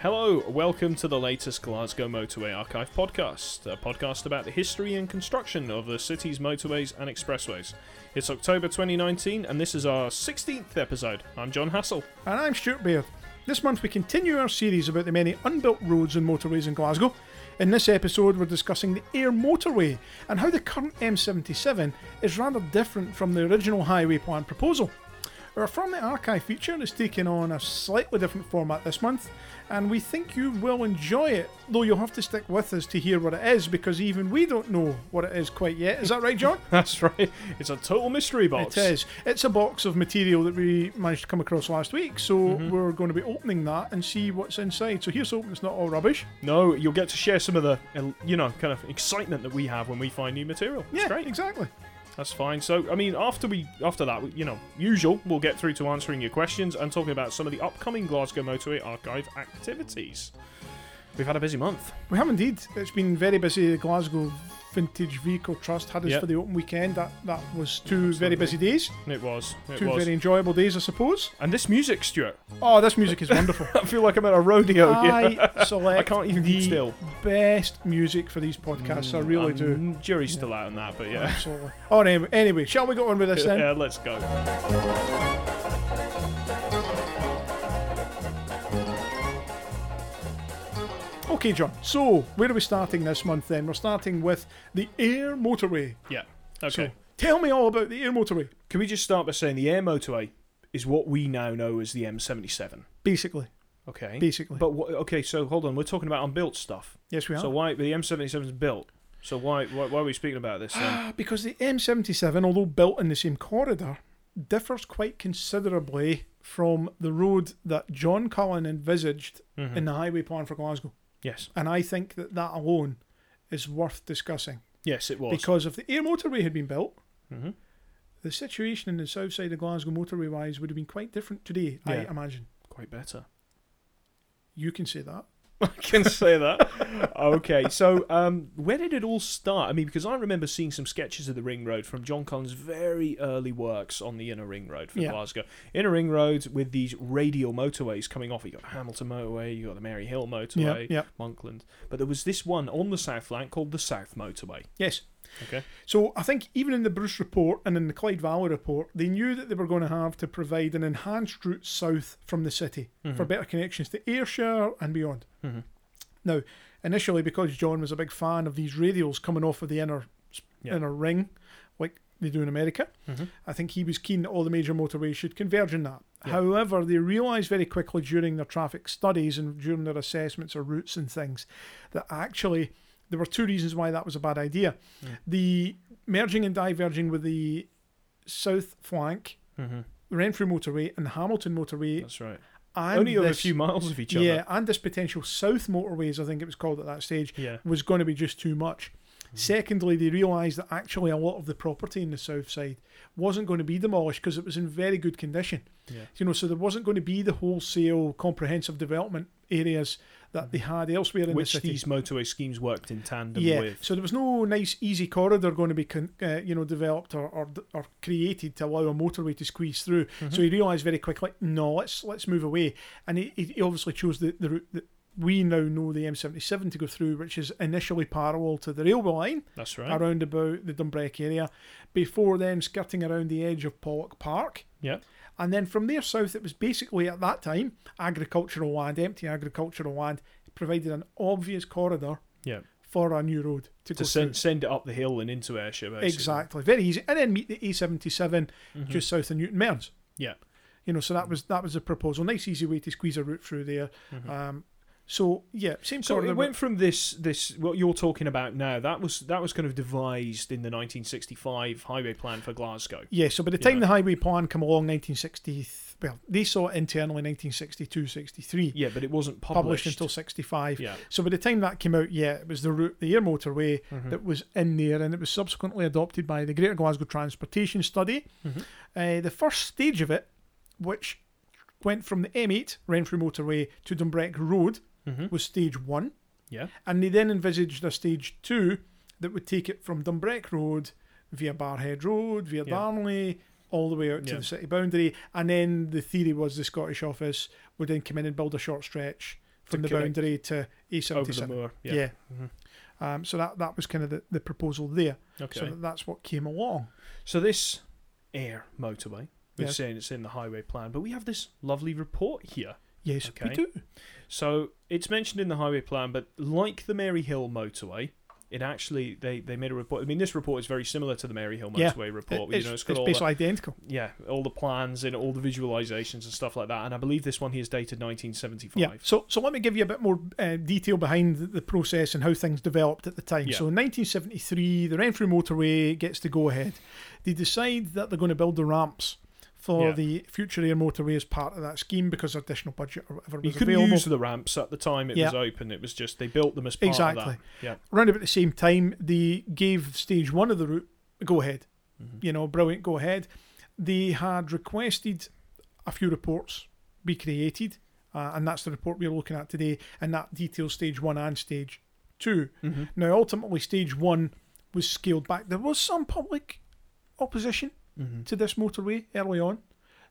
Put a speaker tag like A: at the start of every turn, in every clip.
A: Hello, welcome to the latest Glasgow Motorway Archive podcast, a podcast about the history and construction of the city's motorways and expressways. It's October 2019, and this is our 16th episode. I'm John Hassel.
B: And I'm Stuart Baird. This month we continue our series about the many unbuilt roads and motorways in Glasgow. In this episode, we're discussing the Air Motorway and how the current M77 is rather different from the original highway plan proposal. Our From the Archive feature is taking on a slightly different format this month, and we think you will enjoy it, though you'll have to stick with us to hear what it is because even we don't know what it is quite yet. Is that right, John?
A: That's right, it's a total mystery box.
B: It is. It's a box of material that we managed to come across last week, so
A: Mm-hmm.
B: we're going to be opening that and see what's inside. So here's hoping it's not all rubbish.
A: No, you'll get to share some of the, uh, you know, kind of excitement that we have when we find new material. It's
B: yeah,
A: great.
B: exactly.
A: That's fine. So, I mean, after we after that, we- you know, usual, we'll get through to answering your questions and talking about some of the upcoming Glasgow Motorway Archive activities. We've had a busy month.
B: We have indeed. It's been very busy. The Glasgow Vintage Vehicle Trust had us
A: Yeah.
B: for the open weekend. That that was two very busy days,
A: It was. It
B: two
A: was.
B: very enjoyable days, I suppose.
A: And this music, Stuart.
B: Oh, this music is wonderful.
A: I feel like I'm at a rodeo here.
B: I select
A: Oh, I can't even
B: the
A: keep still.
B: best music for these podcasts. I really do.
A: Um, Jury's still out on that, but yeah.
B: Absolutely. Oh, anyway, anyway, shall we go on with this then?
A: Yeah, let's go.
B: Okay, John. So, where are we starting this month then? We're starting with the Air Motorway.
A: Yeah. Okay.
B: So, tell me all about the Air Motorway,
A: Can we just start by saying the air motorway is what we now know as the M77?
B: basically.
A: Okay.
B: Basically.
A: But what, okay, so hold on. We're talking about unbuilt stuff.
B: yes, we are.
A: So why the M77 is built? So why, why why are we speaking about this? Then?
B: Ah, because the M77, although built in the same corridor, differs quite considerably from the road that John Cullen envisaged
A: Mm-hmm.
B: in the highway plan for Glasgow.
A: yes.
B: And I think that that alone is worth discussing.
A: Yes, it was.
B: Because if the Air Motorway had been built,
A: Mhm.
B: the situation in the south side of Glasgow motorway wise would have been quite different today, I
A: Yeah.
B: imagine.
A: Quite better.
B: You can say that.
A: I can say that. okay, so um, where did it all start? I mean, because I remember seeing some sketches of the Ring Road from John Collins' very early works on the Inner Ring Road for
B: Yeah.
A: Glasgow. Inner Ring Road with these radial motorways coming off. You got Hamilton Motorway, you got the Mary Hill Motorway,
B: yeah.
A: Monkland. But there was this one on the south flank called the South Motorway.
B: Yes.
A: Okay.
B: So I think even in the Bruce report and in the Clyde Valley report, they knew that they were going to have to provide an enhanced route south from the city
A: Mm-hmm.
B: for better connections to Ayrshire and beyond.
A: Mhm.
B: mm-hmm, Now, initially, because John was a big fan of these radials coming off of the inner
A: Yeah.
B: inner ring, like they do in America,
A: Mhm.
B: I think he was keen that all the major motorways should converge in that.
A: Yeah.
B: However, they realised very quickly during their traffic studies and during their assessments of routes and things that actually there were two reasons why that was a bad idea. The merging and diverging with the south flank,
A: Mm-hmm.
B: the Renfrew motorway and the Hamilton motorway,
A: That's right.
B: and
A: Only over a
B: this-
A: few miles of each other.
B: yeah, and this potential south motorways, I think it was called at that stage,
A: Yeah. Mm-hmm.
B: was going to be just too much. Secondly, they realised that actually a lot of the property in the south side wasn't going to be demolished because it was in very good condition.
A: Yeah.
B: You know, so there wasn't going to be the wholesale comprehensive development areas that they had elsewhere in
A: Mm-hmm. Which
B: the city.
A: these motorway schemes worked in tandem
B: yeah,
A: with.
B: so there was no nice easy corridor going to be con- uh, you know developed or, or or created to allow a motorway to squeeze through.
A: Mm-hmm.
B: So he realised very quickly, no, let's let's move away, and he, he he obviously chose the, the route that we now know the M77 to go through, which is initially parallel to the railway line
A: That's right.
B: around about the Dunbreck area, before then skirting around the edge of Pollock Park.
A: Yeah.
B: And then from there south, it was basically at that time agricultural land, empty agricultural land, provided an obvious corridor
A: Yeah.
B: for a new road to, go
A: To
B: through.
A: send, send it up the hill and into Ayrshire, basically. Mm-hmm.
B: Exactly, very easy, and then meet the A77 just south of Newton Mearns.
A: Yeah.
B: You know, so
A: Mm-hmm.
B: that was that was the proposal. Nice, easy way to squeeze a route through there. Um, so yeah, same
A: Mm-hmm. So
B: corridor.
A: it went from this this what you're talking about now. That was that was kind of devised in the 1965 highway plan for Glasgow.
B: yeah, so by the
A: Yeah.
B: time the highway plan come along, 1960, well, they saw it internally 1962, 63,
A: Yeah, but it wasn't
B: published
A: published,
B: until 65.
A: yeah.
B: So by the time that came out, yeah, it was the route, the air motorway
A: Mm-hmm.
B: that was in there, and it was subsequently adopted by the Greater Glasgow Transportation Study.
A: Mhm.
B: Uh, the first stage of it, which went from the M8 Renfrew Motorway to Dunbreck Road,
A: Mhm.
B: was stage one,
A: Yeah,
B: and they then envisaged a stage two that would take it from Dunbreck Road via Barhead Road, via
A: Yeah.
B: Darnley. All the way out to
A: Yeah.
B: the city boundary, and then the theory was the Scottish Office would then come in and build a short stretch
A: To
B: from the
A: connect
B: boundary to
A: over the
B: A77.
A: moor.
B: yeah.
A: Yeah. Mhm.
B: Um, so that, that was kind of the, the proposal there.
A: Okay.
B: So that, that's what came along.
A: So this air motorway, we're
B: Yes.
A: saying it's in the highway plan, but we have this lovely report here.
B: Yes, we
A: Okay.
B: do.
A: So it's mentioned in the highway plan, but like the Mary Hill motorway, it actually they, they made a report. I mean, this report is very similar to the Mary Hill
B: Yeah.
A: motorway report.
B: It-
A: you know, it's
B: it's
A: got all
B: basically
A: the,
B: identical.
A: yeah all the plans and all the visualizations and stuff like that. And I believe this one here is dated 1975.
B: Yeah. So, so let me give you a bit more uh, detail behind the, the process and how things developed at the time.
A: Yeah.
B: So, in 1973, the Renfrew motorway gets to go ahead. They decide that they're going to build the ramps for
A: Yeah.
B: the future air motorway as part of that scheme because additional budget or whatever
A: You
B: was
A: couldn't
B: available.
A: use the ramps at the time it
B: Yeah.
A: was open. It was just they built them as part of
B: Exactly.
A: that. Yeah.
B: Around about the same time, they gave stage one of the route a go ahead.
A: Mhm.
B: You know, brilliant go ahead. They had requested a few reports be created, uh, and that's the report we're looking at today, and that details stage one and stage two.
A: Mhm.
B: Now, ultimately, stage one was scaled back. There was some public opposition
A: Mhm.
B: to this motorway early on,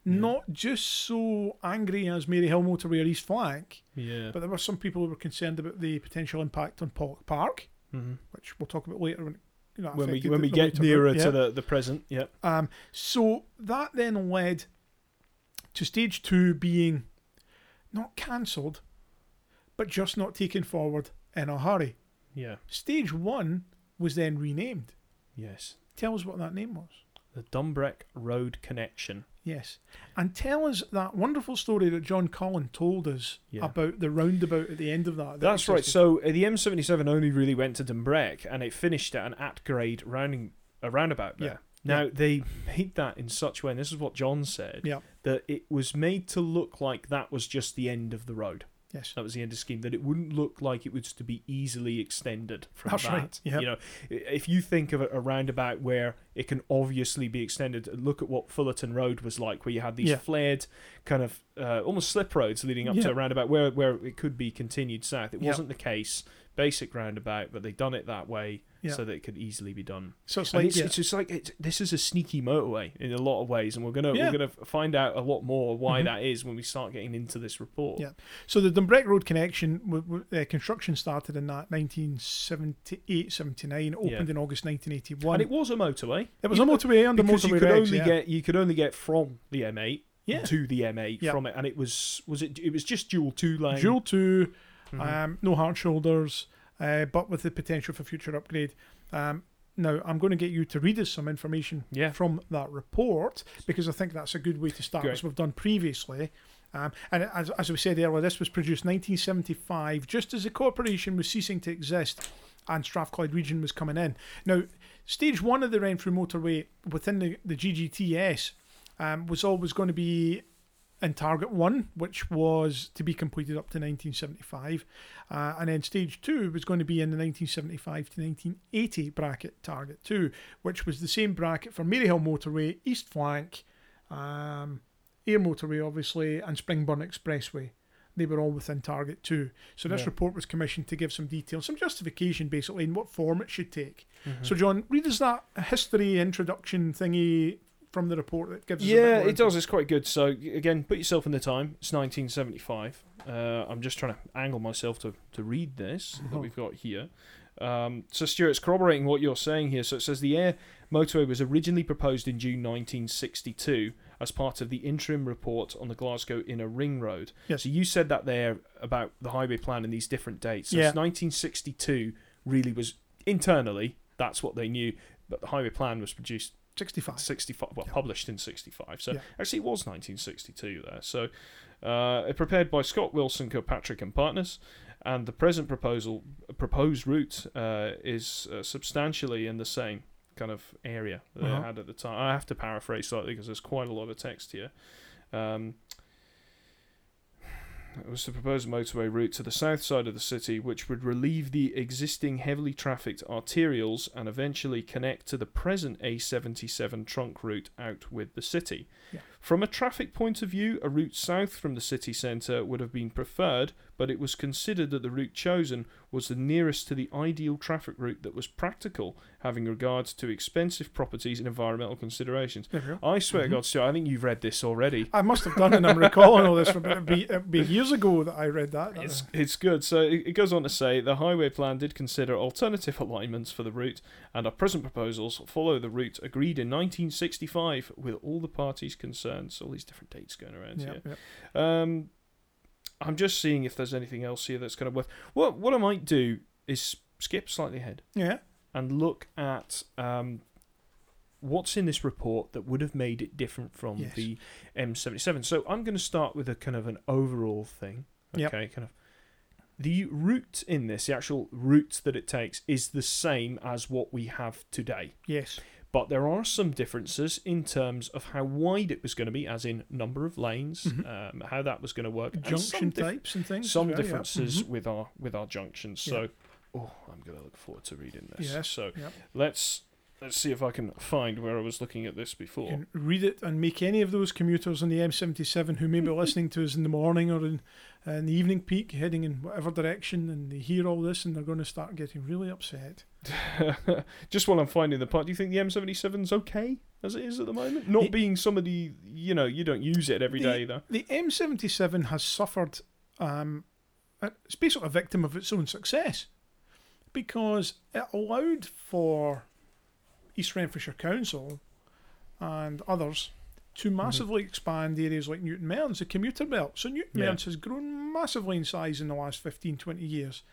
B: not just so angry as Mary Hill Motorway or East Flank,
A: Yeah.
B: but there were some people who were concerned about the potential impact on Pollock Park,
A: Mhm.
B: which we'll talk about later when, you know,
A: When we
B: affected
A: when
B: the-
A: we
B: the
A: get
B: later
A: nearer
B: route, yeah.
A: to the the present. Yeah.
B: Um, so that then led to stage two being not cancelled, but just not taken forward in a hurry.
A: Yeah.
B: Stage one was then renamed.
A: Yes.
B: Tell us what that name was.
A: The Dumbreck Road connection.
B: Yes. And tell us that wonderful story that John Collin told us
A: Yeah.
B: about the roundabout at the end of that. that
A: That's right.
B: existed.
A: So uh, the M77 only really went to Dumbreck, and it finished at an at-grade rounding a roundabout there.
B: Yeah.
A: Now
B: Yeah.
A: they made that in such a way, and this is what John said,
B: Yeah.
A: that it was made to look like that was just the end of the road.
B: Yes.
A: That was the end of the scheme. That it wouldn't look like it was to be easily extended from
B: That's
A: that.
B: right, yeah.
A: You know, i- if you think of a, a roundabout where it can obviously be extended, look at what Fullerton Road was like, where you had these
B: Yeah.
A: flared kind of uh, almost slip roads leading up
B: Yeah.
A: to a roundabout where where it could be continued south. It
B: Yeah.
A: wasn't the case. Basic roundabout, but they done it that way
B: Yeah.
A: so that it could easily be done.
B: So it's
A: And
B: like,
A: it's,
B: yeah,
A: it's just like it's, this is a sneaky motorway in a lot of ways, and we're gonna
B: Yeah.
A: we're gonna find out a lot more why
B: Mhm.
A: that is when we start getting into this report.
B: Yeah. So the Dumbreck Road connection, w- w- uh, construction started in that 1978, 79, opened
A: Yeah.
B: in August 1981.
A: And it was a motorway.
B: It was
A: You-
B: a motorway under
A: because
B: motorway
A: you could
B: regs,
A: only
B: yeah.
A: get you could only get from the M8
B: Yeah.
A: to the M8
B: Yeah.
A: from it, and it was was it it was just dual two lane.
B: dual 2
A: Mhm.
B: um, no hard shoulders, uh, but with the potential for future upgrade. Um, now I'm going to get you to read us some information
A: Yeah.
B: from that report because I think that's a good way to start,
A: Great.
B: as we've done previously. Um, and as, as we said earlier, this was produced 1975, just as the corporation was ceasing to exist and Strathclyde region was coming in. Now, stage one of the Renfrew motorway within the, the GGTS um, was always going to be in target one, which was to be completed up to 1975. Uh, and then stage two was going to be in the 1975 to 1980 bracket, target two, which was the same bracket for Maryhill Motorway, East Flank, um, Air Motorway, obviously, and Springburn Expressway. They were all within target two. So this
A: Yeah.
B: report was commissioned to give some detail, some justification basically, in what form it should take.
A: Mhm.
B: So, John, read us that history introduction thingy from the report that gives us a
A: yeah,
B: bit more
A: it does. It's quite good. So again, put yourself in the time. It's 1975. Uh, I'm just trying to angle myself to to read this that
B: Oh.
A: we've got here. Um, so Stuart, it's corroborating what you're saying here. So it says the air motorway was originally proposed in June 1962 as part of the interim report on the Glasgow Inner Ring Road.
B: Yes.
A: So you said that there about the highway plan and these different dates. So
B: Yeah.
A: it's 1962 really was internally that's what they knew, but the highway plan was produced
B: 65.
A: 65 well
B: Yeah.
A: published in 65 so
B: Yeah.
A: actually it was 1962 there so uh, it prepared by scott wilson kilpatrick and partners and the present proposal proposed route uh, is uh, substantially in the same kind of area that
B: Uh-huh.
A: they had at the time i have to paraphrase slightly because there's quite a lot of text here um, it was the proposed motorway route to the south side of the city, which would relieve the existing heavily trafficked arterials and eventually connect to the present A77 trunk route out with the city.
B: Yeah.
A: From a traffic point of view, a route south from the city centre would have been preferred, but it was considered that the route chosen was the nearest to the ideal traffic route that was practical, having regard to expensive properties and environmental considerations.
B: There we go.
A: I swear to God, Stuart, I think you've read this already.
B: I must have done, and I'm recalling all this from it'd be, it'd be years ago that I read that.
A: It's, it's good. So it it goes on to say the highway plan did consider alternative alignments for the route, and our present proposals follow the route agreed in 1965 with all the parties concerned. So all these different dates going around
B: yeah,
A: here.
B: yeah.
A: Um, I'm just seeing if there's anything else here that's kind of worth. What what I might do is skip slightly ahead
B: yeah,
A: and look at um, what's in this report that would have made it different from
B: Yes.
A: the M77. So I'm going to start with a kind of an overall thing.
B: Yep.
A: Okay, kind of. The route in this, the actual route that it takes, is the same as what we have today.
B: yes,
A: But there are some differences in terms of how wide it was going to be, as in number of lanes, um, how that was going to work, and some
B: Mm-hmm. junction
A: dif-
B: types and things. as
A: some
B: well, yeah.
A: differences
B: Mhm.
A: with our with our junctions. So,
B: Yeah.
A: oh, I'm going to look forward to reading this.
B: Yes,
A: So
B: yep.
A: let's let's see if I can find where I was looking at this
B: Mm-hmm. You
A: before.
B: can read it and make any of those commuters on the M77 who may be listening to us in the morning or in, uh, in the evening peak, heading in whatever direction, and they hear all this and they're going to start getting really upset.
A: Just while I'm finding the part, do you think the M77's okay as it is at the moment? Not
B: The-
A: being somebody you know you don't use it every
B: The-
A: day though.
B: The M77 has suffered, um, it's basically a victim of its own success because it allowed for East Renfrewshire Council and others to massively expand areas like Newton Mearns, the commuter belt. So Newton
A: Yeah.
B: Mearns has grown massively in size in the last 15, 20 years.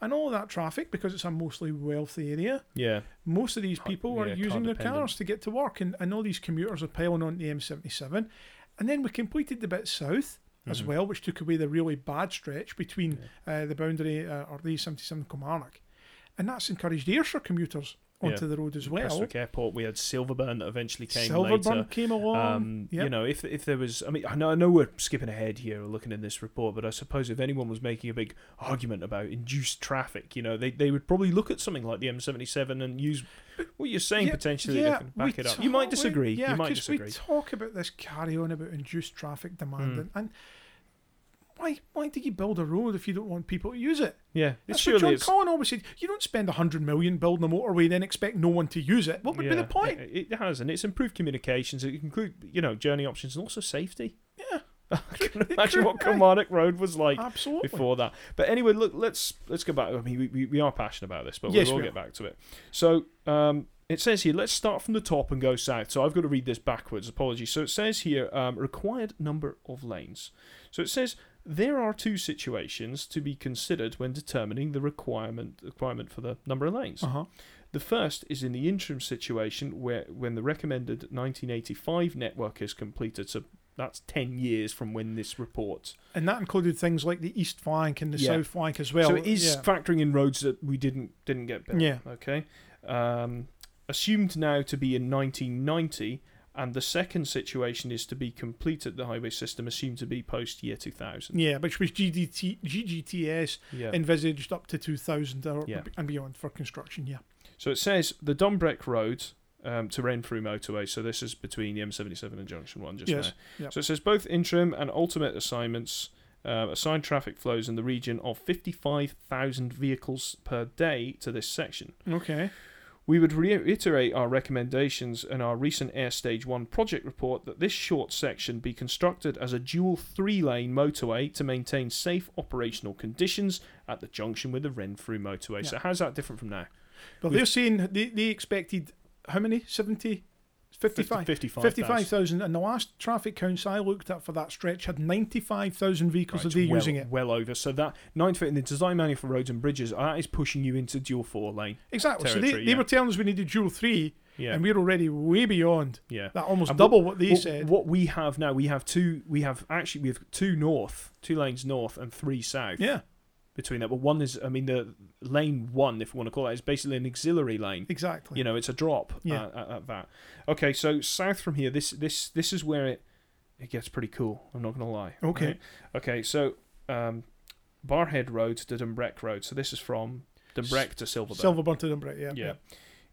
B: And all that traffic, because it's a mostly wealthy area,
A: Yeah,
B: most of these
A: Car-
B: people are
A: yeah,
B: using their
A: car-dependent.
B: cars to get to work, and, and all these commuters are piling on the M77. And then we completed the bit south as
A: Mhm.
B: well, which took away the really bad stretch between uh, the boundary uh, or the M77 Kilmarnock. And that's encouraged Ayrshire commuters
A: Yeah.
B: onto the road as well.
A: Prestwick Airport. We had Silverburn that eventually came
B: Silverburn
A: later.
B: came along.
A: Um,
B: yep.
A: You know, if if there was, I mean, I know, I know we're skipping ahead here, looking in this report, but I suppose if anyone was making a big argument about induced traffic, you know, they, they would probably look at something like the M77 and use what you're saying
B: Yeah,
A: potentially. they can back
B: we
A: it up.
B: talk-
A: You might
B: we-
A: disagree.
B: yeah,
A: you might
B: 'cause we
A: disagree.
B: talk about this carry on about induced traffic demand,
A: Mm.
B: and, and why why do you build a road if you don't want people to use it?
A: yeah, it's
B: That's what
A: surely
B: John
A: it's,
B: Collin always said. You don't spend a hundred million building a motorway, then expect no one to use it. What would be
A: yeah,
B: the point?
A: It, it has, and it's improved communications. It include you know journey options and also safety.
B: Yeah.
A: I can imagine what
B: Aye.
A: Kilmarnock Road was like
B: Absolutely.
A: before that. But anyway, look, let's let's go back. I mean, we, we, we are passionate about this, but
B: Yes,
A: we will
B: we
A: get back to it. So um, it says here, let's start from the top and go south. So I've got to read this backwards. Apologies. So it says here, um, required number of lanes. So it says there are two situations to be considered when determining the requirement requirement for the number of lanes.
B: Uh huh.
A: The first is in the interim situation where when the recommended 1985 network is completed. So that's 10 years from when this report
B: And that included things like the east flank and the
A: Yeah.
B: south flank as well.
A: so it is
B: Yeah.
A: factoring in roads that we didn't didn't get built.
B: Yeah.
A: Okay. Um, assumed now to be in 1990, and the second situation is to be completed. The highway system assumed to be post year 2000.
B: Yeah, which was GDT, GGTS
A: Yeah.
B: envisaged up to 2000 or,
A: Yeah.
B: and beyond for construction. Yeah.
A: so it says the Dunbreck Road um, to Renfrew motorway. So this is between the M77 and Junction One just
B: Yes.
A: now.
B: Yep.
A: So it says both interim and ultimate assignments. Uh, assigned traffic flows in the region of 55,000 vehicles per day to this section.
B: Okay.
A: We would reiterate our recommendations in our recent Air Stage 1 project report that this short section be constructed as a dual three lane motorway to maintain safe operational conditions at the junction with the Renfrew motorway. So,
B: Yeah.
A: how's that different from now?
B: Well,
A: We've-
B: they're saying they, they expected how many? 70? 55?
A: 55.
B: 55,000. And the last traffic counts I looked at for that stretch had 95,000 vehicles
A: Right,
B: a day
A: well,
B: using it.
A: well over. So that nine foot in the design manual for roads and bridges uh, that is pushing you into dual four lane.
B: Exactly. so they,
A: territory,
B: they
A: yeah.
B: were telling us we needed dual three,
A: Yeah,
B: and we're already way beyond
A: yeah.
B: that, almost
A: And
B: double what they
A: what,
B: said.
A: what we have now, we have two. We have actually we have two north, two lanes north, and three south.
B: yeah,
A: between that. But one is, I mean, the lane one, if we want to call it, is basically an auxiliary lane.
B: exactly.
A: You know, it's a drop
B: Yeah.
A: at, at, at that. Okay, so south from here, this this this is where it it gets pretty cool. I'm not gonna lie.
B: Okay.
A: right? Okay, so um, Barhead Road to Dunbreck Road. So this is from Dunbreck to Silverburn.
B: Silver Bunted and Brett, yeah.
A: yeah.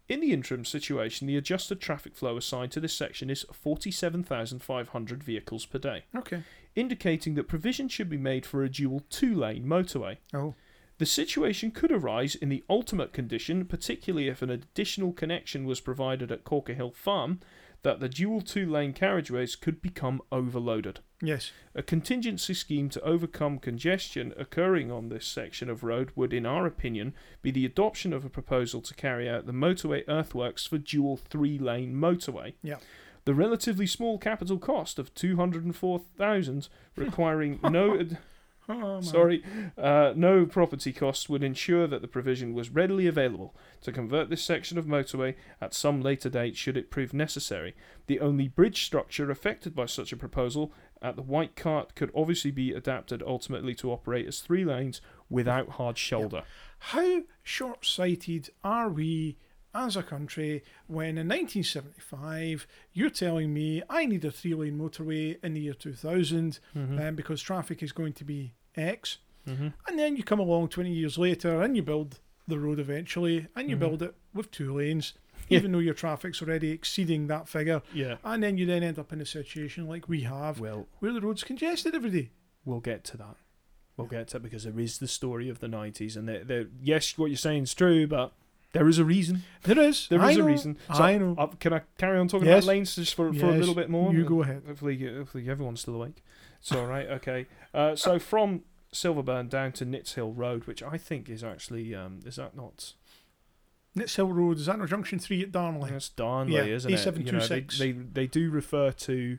A: In the interim situation, the adjusted traffic flow assigned to this section is 47,500 vehicles per day,
B: Okay.
A: indicating that provision should be made for a dual two lane motorway.
B: Oh.
A: The situation could arise in the ultimate condition, particularly if an additional connection was provided at Corker Hill Farm, that the dual two lane carriageways could become overloaded.
B: Yes.
A: A contingency scheme to overcome congestion occurring on this section of road would, in our opinion, be the adoption of a proposal to carry out the motorway earthworks for dual three lane motorway.
B: Yeah.
A: The relatively small capital cost of 204,000 requiring no ad-
B: Oh, man.
A: sorry uh, no property costs would ensure that the provision was readily available to convert this section of motorway at some later date should it prove necessary the only bridge structure affected by such a proposal at the white cart could obviously be adapted ultimately to operate as three lanes without hard shoulder
B: How short sighted are we as a country when in 1975 you're telling me I need a three lane motorway in the year 2000
A: Mm-hmm.
B: um, because traffic is going to be X?
A: Mhm.
B: And then you come along 20 years later and you build the road eventually and you
A: Mhm.
B: build it with two lanes,
A: Yeah.
B: even though your traffic's already exceeding that figure.
A: yeah
B: And then you then end up in a situation like we have
A: well
B: where the road's congested every day.
A: we'll get to that we'll get to it because there is the story of the 90s and they're, they're, yes what you're saying is true but there is a reason
B: There is.
A: There is
B: I
A: a
B: know,
A: reason. So,
B: I know.
A: Uh, can I carry on talking
B: Yes.
A: about lanes just for, for a
B: Yes,
A: little bit more?
B: You go ahead.
A: Hopefully, hopefully everyone's still awake. It's all right. Okay. Uh, so from Silverburn down to Nitz Hill Road, which I think is actually um, is that not
B: Nitz Hill Road, is that no junction three at Darnley?
A: that's Darnley,
B: Yeah,
A: isn't it? You know, they,
B: A726.
A: they they do refer to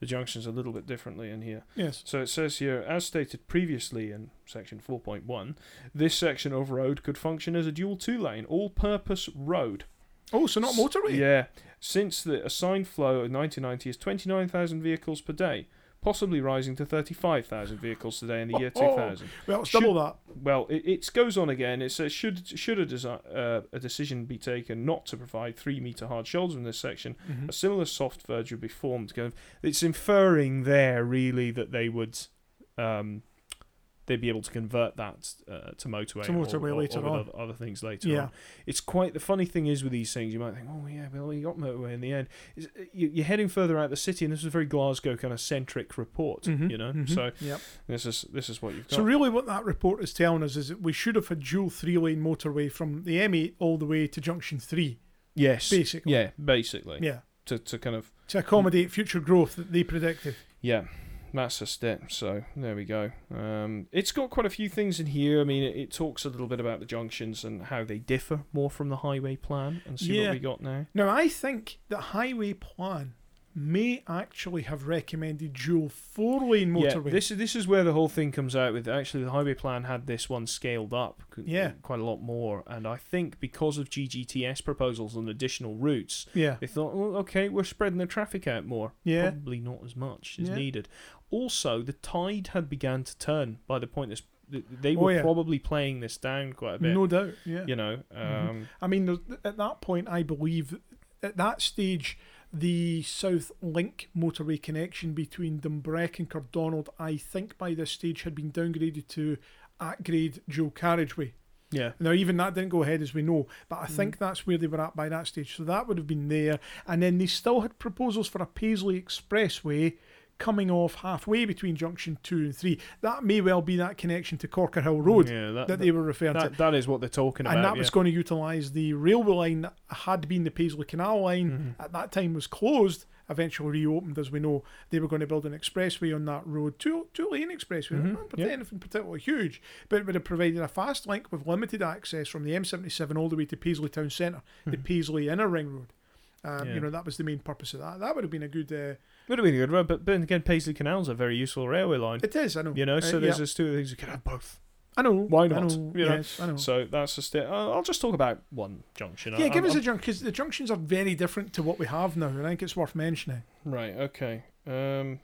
A: the junctions a little bit differently in here.
B: Yes.
A: So it says here, as stated previously in section 4.1, this section of road could function as a dual two-lane all-purpose road.
B: Oh, so not
A: S-
B: motorway?
A: Yeah. Since the assigned flow in 1990 is 29,000 vehicles per day, possibly rising to 35,000 vehicles today in the year
B: Oh, oh.
A: 2000.
B: Well, it's
A: Should-
B: double that.
A: Well, it, it goes on again. It says should should a, desi- uh, a decision be taken not to provide three meter hard shoulders in this section, a similar soft verge would be formed. Kind of- It's inferring there really that they would. Um, They'd be able to convert that uh, to motorway,
B: To
A: or-
B: motorway
A: or,
B: later
A: or with
B: on.
A: Other, other things later
B: Yeah.
A: on. It's quite the funny thing is with these things. You might think, oh yeah, well you got motorway in the end. It's, uh, you, you're heading further out the city, and this is a very Glasgow kind of centric report.
B: Mhm,
A: You know,
B: mhm,
A: so
B: yep.
A: this is this is what you've got.
B: So really, what that report is telling us is that we should have a dual three-lane motorway from the M8 all the way to junction three,
A: yes,
B: basically.
A: yeah, Mm. basically,
B: Yeah.
A: to to kind of
B: To accommodate future growth that they predicted.
A: yeah. That's a step, so there we go. Um, it's got quite a few things in here. I mean, it, it talks a little bit about the junctions and how they differ more from the highway plan, and see
B: Yeah.
A: what we got now.
B: Now, I think the highway plan may actually have recommended dual four-lane motorway.
A: Yeah, this is this is where the whole thing comes out with. Actually, the highway plan had this one scaled up, c-
B: Yeah.
A: quite a lot more. And I think because of GGTS proposals and additional routes,
B: yeah.
A: they thought, well, okay, we're spreading the traffic out more.
B: Yeah.
A: probably not as much is
B: Yeah.
A: needed. Also, the tide had begun to turn by the point this th- they
B: Oh,
A: were
B: yeah.
A: probably playing this down quite a bit.
B: No doubt. Yeah.
A: You know, um,
B: Mhm. I mean, there's- at that point, I believe at that stage, the South Link motorway connection between Dumbreck and Cardonald, I think by this stage had been downgraded to at grade dual carriageway.
A: yeah,
B: Now, even that didn't go ahead as we know, but I
A: Mhm.
B: think that's where they were at by that stage. So that would have been there. And then they still had proposals for a Paisley Expressway coming off halfway between junction two and three. That may well be that connection to Corker Hill Road
A: yeah, that,
B: that they were referring to
A: that- that is what they're talking about.
B: and that
A: yeah.
B: was going to utilise the railway line that had been the Paisley Canal line
A: Mm-hmm. Hmm.
B: at that time was closed, eventually reopened as we know. They were going to build an expressway on that road, two two lane expressway,
A: Mhm,
B: not
A: yeah.
B: anything particularly huge, but it would have provided a fast link with limited access from the M77 all the way to Paisley Town centre, the Paisley Inner Ring Road. Um,
A: Hmm. Yeah.
B: You know that was the main purpose of that. That would have been a good. Uh,
A: would have been a good one, but then again, Paisley Canal's a very useful railway line.
B: it is, I know.
A: You know,
B: Uh,
A: so there's
B: yeah.
A: those two things you can have both.
B: I know.
A: Why
B: I
A: not?
B: know.
A: You know,
B: yes, I know.
A: So that's just it. I'll I'll just talk about one junction.
B: yeah,
A: I-
B: give
A: I'm-
B: us a junction because the junctions are very different to what we have now, and I think it's worth mentioning.
A: Right. Okay. Um.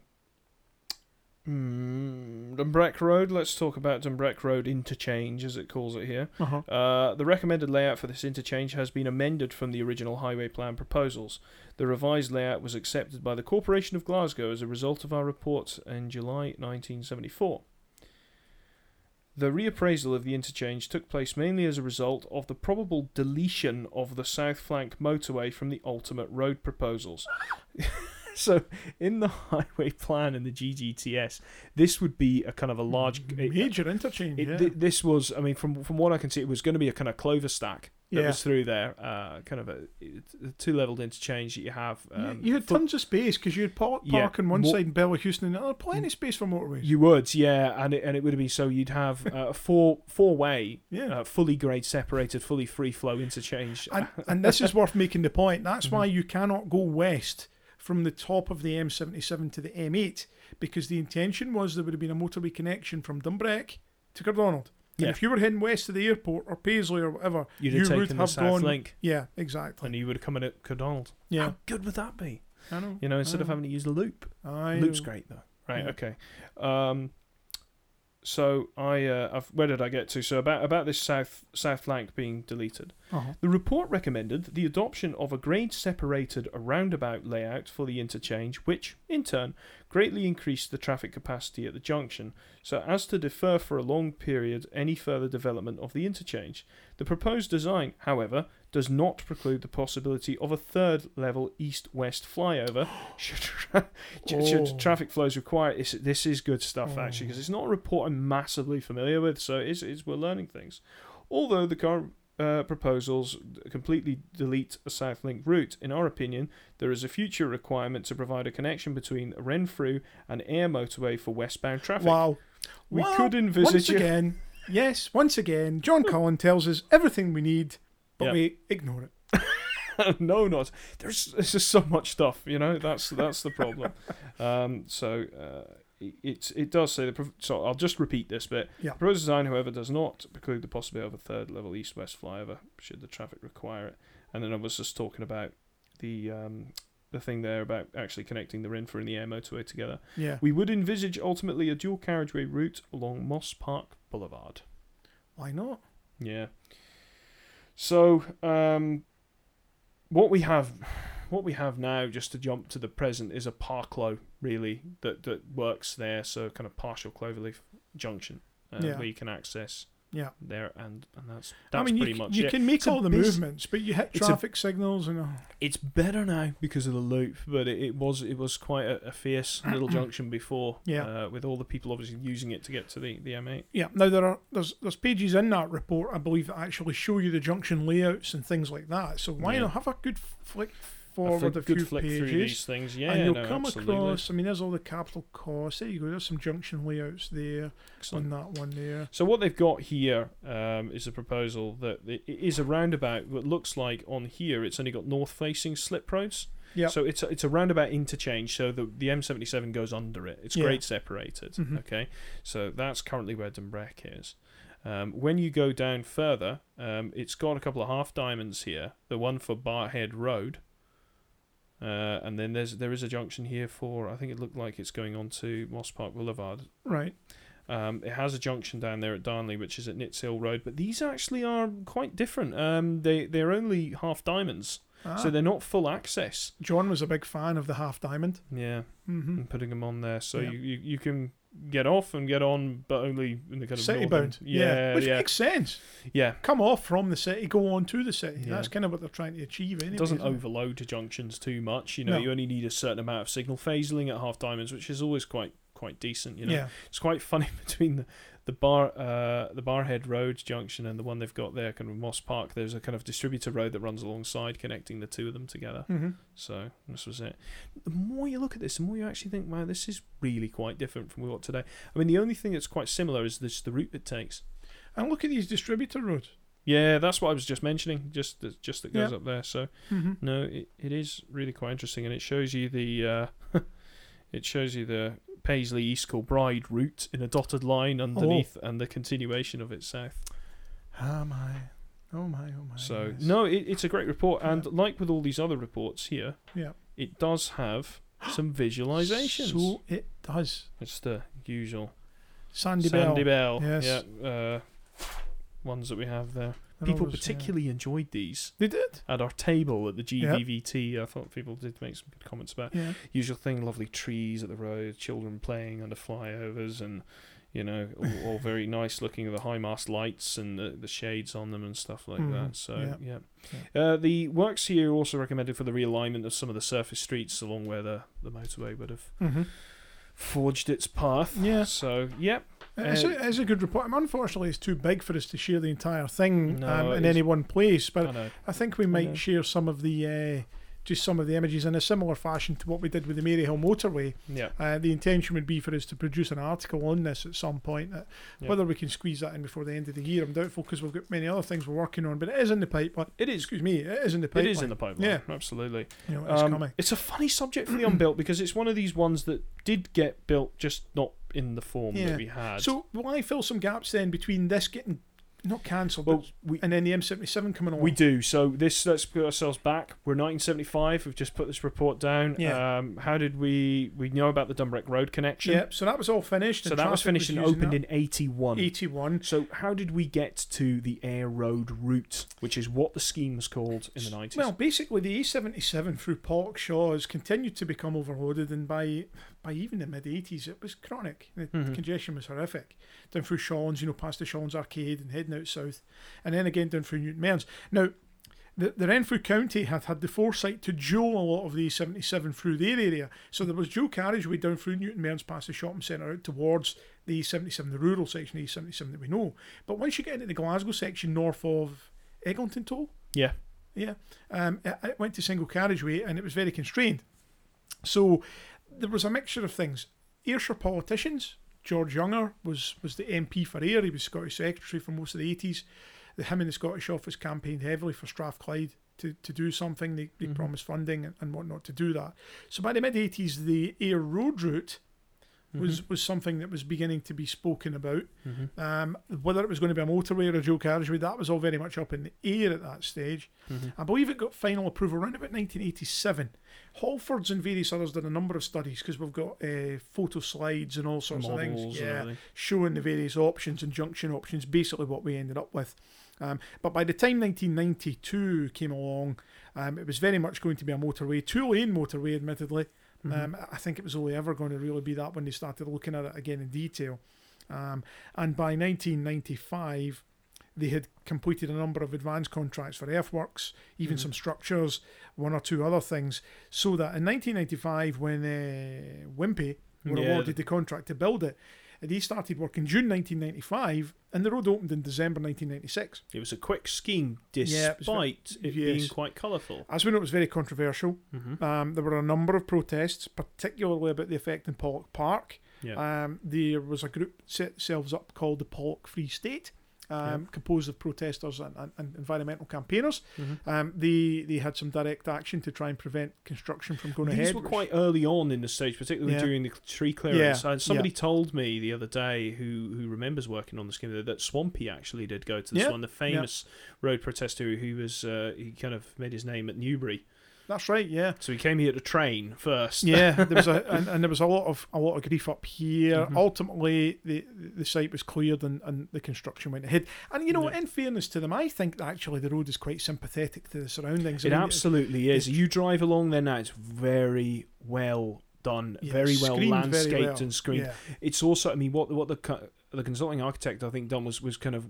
A: Mm, Dunbrack Road. Let's talk about Dunbrack Road interchange, as it calls it here.
B: Uh-huh.
A: Uh, the recommended layout for this interchange has been amended from the original highway plan proposals. The revised layout was accepted by the Corporation of Glasgow as a result of our report in July 1974. The reappraisal of the interchange took place mainly as a result of the probable deletion of the South Flank motorway from the ultimate road proposals. so, in the highway plan and the GGTS, this would be a kind of a large. it-
B: Major interchange.
A: it,
B: yeah.
A: thi- this was, I mean, from from what I can see, it was going to be a kind of clover stack that
B: Yeah.
A: was through there, uh, kind of a, two leveled interchange that you have.
B: You-
A: Um,
B: you, had
A: for-
B: tons of space because you had park,
A: Yeah,
B: park on one
A: mo- Mm.
B: side and Bella Houston and the other. Plenty of space for motorways.
A: you would, yeah, and it, and it would be so you'd have uh, a four four way,
B: yeah.
A: uh, fully grade separated, fully free flow interchange. uh,
B: and, and this is worth making the point. That's
A: Mm-hmm.
B: why you cannot go west from the top of the M77 to the M8 because the intention was there would have been a motorway connection from Dumbreck to Cardonald.
A: Yeah.
B: And if you were heading west to the airport or Paisley or whatever,
A: You'd
B: you
A: have
B: would
A: taken the
B: have
A: South
B: gone-
A: Link,
B: yeah, exactly.
A: and you would have come in at Cardonald.
B: Yeah, Oh.
A: How good would that be?
B: I know.
A: You know, instead of
B: I know.
A: having to use the loop.
B: I
A: Loop's
B: know.
A: great though. Right.
B: Yeah.
A: Okay. Um, so I, uh, I've, where did I get to? So about about this south south flank being deleted.
B: Uh-huh.
A: The report recommended the adoption of a grade separated roundabout layout for the interchange, which in turn greatly increased the traffic capacity at the junction, so as to defer for a long period any further development of the interchange. The proposed design, however, does not preclude the possibility of a third level east-west flyover should, tra- should-
B: Oh.
A: should traffic flows require. It's, this is good stuff actually, 'cause actually
B: Oh.
A: because it's not a report I'm massively familiar with, so it's, it's we're learning things. Although the current uh, proposals completely delete a South Link route. In our opinion, there is a future requirement to provide a connection between Renfrew and Air Motorway for westbound traffic.
B: Wow.
A: We
B: Well,
A: could
B: once
A: envisage a-
B: again. Yes, once again, John Cullen tells us everything we need, but
A: Yeah.
B: we ignore it.
A: no, not there's. There's just so much stuff, you know. That's that's the problem. um, so uh, it- it's it does say the. pro- So I'll just repeat this bit.
B: Yeah.
A: The proposed design, however, does not preclude the possibility of a third level east-west flyover should the traffic require it. And then I was just talking about the um, the thing there about actually connecting the Renfrew and the Air Motorway together.
B: Yeah.
A: We would envisage ultimately a dual carriageway route along Moss Park Boulevard.
B: Why not?
A: Yeah. So, um, what we have, what we have now, just to jump to the present, is a parklow really that that works there. So, kind of partial cloverleaf junction uh,
B: Yeah.
A: where you can access.
B: Yeah.
A: There and and that's that's
B: I mean,
A: pretty
B: you, c-
A: much
B: you
A: it.
B: can make
A: It's a
B: all the
A: bus-
B: movements, but you hit
A: it's a-
B: traffic signals and. oh,
A: It's better now because of the loop, but it, it was it was quite a, a fierce little junction before.
B: Yeah.
A: Uh, with all the people obviously using it to get to the the M8.
B: Yeah. Now there are there's there's pages in that report I believe that actually show you the junction layouts and things like that. So why
A: Yeah.
B: not have a good flick
A: A
B: forward
A: flick-
B: a
A: good
B: few
A: flick
B: pages,
A: through these things, yeah.
B: and you'll
A: no,
B: come
A: absolutely.
B: across. I mean, there's all the capital costs. There you go. There's some junction layouts there
A: Excellent.
B: on that one there.
A: So what they've got here um, is a proposal that it it is a roundabout. What looks like on here, it's only got north-facing slip roads.
B: Yep.
A: So it's a, it's a roundabout interchange. So the the M77 goes under it. It's
B: Yeah.
A: grade separated.
B: Mhm.
A: Okay. So that's currently where Dunbrack is. Um, when you go down further, um, it's got a couple of half diamonds here. The one for Barhead Road. Uh, and then there's there is a junction here for I think it looked like it's going on to Moss Park Boulevard
B: Right.
A: um, it has a junction down there at Darnley, which is at Nitz Hill Road, but these actually are quite different. Um, they they're only half diamonds,
B: Ah,
A: so they're not full access.
B: John was a big fan of the half diamond.
A: Yeah,
B: Mm-hmm.
A: and putting them on there, so
B: Yeah.
A: you, you, you can get off and get on, but only in the kind of
B: City
A: northern-
B: bound.
A: Yeah,
B: Which
A: yeah,
B: makes sense.
A: yeah.
B: Come off from the city, go on to the city.
A: Yeah.
B: That's kind of what they're trying to achieve. Anyway,
A: It doesn't
B: isn't it?
A: overload the junctions too much. You know,
B: No.
A: you only need a certain amount of signal phasing at half diamonds, which is always quite quite decent. You know,
B: Yeah.
A: it's quite funny between the the bar uh, the Barhead Road junction and the one they've got there, kind of Moss Park. There's a kind of distributor road that runs alongside, connecting the two of them together.
B: Mm-hmm.
A: So this was it. The more you look at this, the more you actually think, wow, this is really quite different from what we've got today. I mean, the only thing that's quite similar is this the route it takes.
B: And look at these distributor roads.
A: Yeah, that's what I was just mentioning. Just that- just that goes
B: Yeah.
A: up there. So
B: Mm-hmm.
A: no, it, it is really quite interesting, and it shows you the uh, it shows you the Paisley East Kilbride route in a dotted line underneath, and the continuation of it south.
B: Oh my, oh my, oh my.
A: So
B: goodness.
A: no, it, it's a great report, and
B: Yeah.
A: like with all these other reports here,
B: Yeah.
A: it does have some visualizations.
B: So it does.
A: it's the usual
B: Sandy,
A: Sandy,
B: Bell.
A: Bell,
B: Yes.
A: yeah, uh, ones that we have there.
B: They're
A: People
B: always, yeah.
A: particularly enjoyed these
B: They did.
A: at our table at the
B: Yeah.
A: GVVT. I thought people did make some good comments about.
B: Yeah.
A: usual thing lovely trees at the road children playing under flyovers and you know, all, all very nice looking, the high mast lights and the, the shades on them and stuff like
B: Mhm,
A: that. So, yeah.
B: yeah.
A: Uh, the works here also recommended for the realignment of some of the surface streets along where the, the motorway would have
B: Mm-hmm.
A: forged its path.
B: Yeah.
A: So, yep.
B: It's,
A: uh,
B: a, it's a good report. Um, Unfortunately, it's too big for us to share the entire thing
A: No,
B: um,
A: it
B: in
A: is.
B: any one place, but
A: I know.
B: I think we
A: know.
B: might share some of the uh, just some of the images in a similar fashion to what we did with the Maryhill motorway.
A: Yeah.
B: Uh, the intention would be for us to produce an article on this at some point. Uh,
A: Yeah.
B: Whether we can squeeze that in before the end of the year, I'm doubtful because we've got many other things we're working on. But it is in the pipeline.
A: It is.
B: Excuse me, it is in the
A: It
B: pipeline.
A: is in the pipeline.
B: Yeah.
A: Absolutely.
B: You know, it's
A: Um,
B: coming.
A: It's a funny subject for the unbuilt because it's one of these ones that did get built, just not in the form
B: Yeah.
A: that we had.
B: So why fill some gaps then between this getting not cancelled
A: well,
B: but-
A: we
B: and then the M77 coming along?
A: we do. So this let's put ourselves back. We're 1975. We've just put this report down.
B: Yeah.
A: Um, how did we we know about the Dumbreck Road connection?
B: Yep. So that was all finished.
A: So
B: and
A: that was
B: traffic
A: finished and
B: using
A: opened
B: that.
A: in 81.
B: 81.
A: so how did we get to the air road route, which is what the scheme was called in the 90s?
B: Well, basically, the A77 through Pollock Shaws continued to become overloaded, and by by even the mid 80s, it was chronic. The
A: Mhm.
B: congestion was horrific. Down through Sean's, you know, past the Sean's Arcade and heading out south, and then again down through Newton Mearns. Now, the, the Renfrew County had had the foresight to dual a lot of the A77 through their area. So there was dual carriageway down through Newton Mearns past the shopping centre out towards the A77, the rural section of the A77 that we know. But once you get into the Glasgow section north of Eglinton Toll,
A: yeah.
B: yeah, um, it, it went to single carriageway and it was very constrained. So there was a mixture of things. Ayrshire politicians, George Younger was was the MP for Ayr. He was Scottish Secretary for most of the eighties. Him and the Scottish Office campaigned heavily for Strathclyde to, to do something. They, they
A: Mhm.
B: promised funding and, and whatnot to do that. So by the mid eighties, the Ayr Road route was was something that was beginning to be spoken about.
A: Mhm.
B: Um, whether it was going to be a motorway or a dual carriageway, that was all very much up in the air at that stage.
A: Mhm.
B: I believe it got final approval around about 1987. Holfords and various others did a number of studies because we've got uh, photo slides and all sorts
A: Models
B: of things.
A: and
B: Yeah,
A: everything.
B: showing the various options and junction options, basically what we ended up with. Um, but by the time 1992 came along, um, it was very much going to be a motorway, two lane motorway, admittedly.
A: Mm-hmm.
B: Um, I think it was only ever going to really be that when they started looking at it again in detail. Um, and by 1995, they had completed a number of advance contracts for earthworks, even
A: Mhm.
B: some structures, one or two other things. So that in 1995, when uh, Wimpy were
A: Yeah.
B: awarded the contract to build it, they started work in June 1995, and the road opened in December 1996.
A: It was a quick scheme,
B: Yeah, it was ve-
A: despite it being
B: yes.
A: quite colorful
B: As we know, it was very controversial.
A: Mm-hmm.
B: Um, there were a number of protests, particularly about the effect in Pollock Park.
A: Yeah.
B: Um, there was a group set themselves up called the Pollock Free State, um, composed of protesters and, and, and environmental campaigners.
A: Mhm.
B: Um, they they had some direct action to try and prevent construction from going
A: These
B: ahead.
A: were
B: which-
A: quite early on in the stage, particularly
B: Yeah.
A: during the tree clearance.
B: Yeah,
A: And somebody told me the other day, who who remembers working on the scheme, that- that Swampy actually did go to this
B: Yeah,
A: one. The famous road protester who was uh, he kind of made his name at Newbury.
B: That's right. Yeah.
A: So he came here to train first.
B: Yeah, there was a and, and there was a lot of a lot of grief up here.
A: Mhm.
B: Ultimately, the the site was cleared and, and the construction went ahead. And you know,
A: Yeah.
B: in fairness to them, I think that actually the road is quite sympathetic to the surroundings. I
A: It
B: mean,
A: absolutely is. You drive along there now; it's very well done,
B: yeah,
A: very well
B: screened very
A: landscaped
B: well.
A: and screened.
B: Yeah.
A: It's also, I mean, what what the co- the consulting architect I think done was was kind of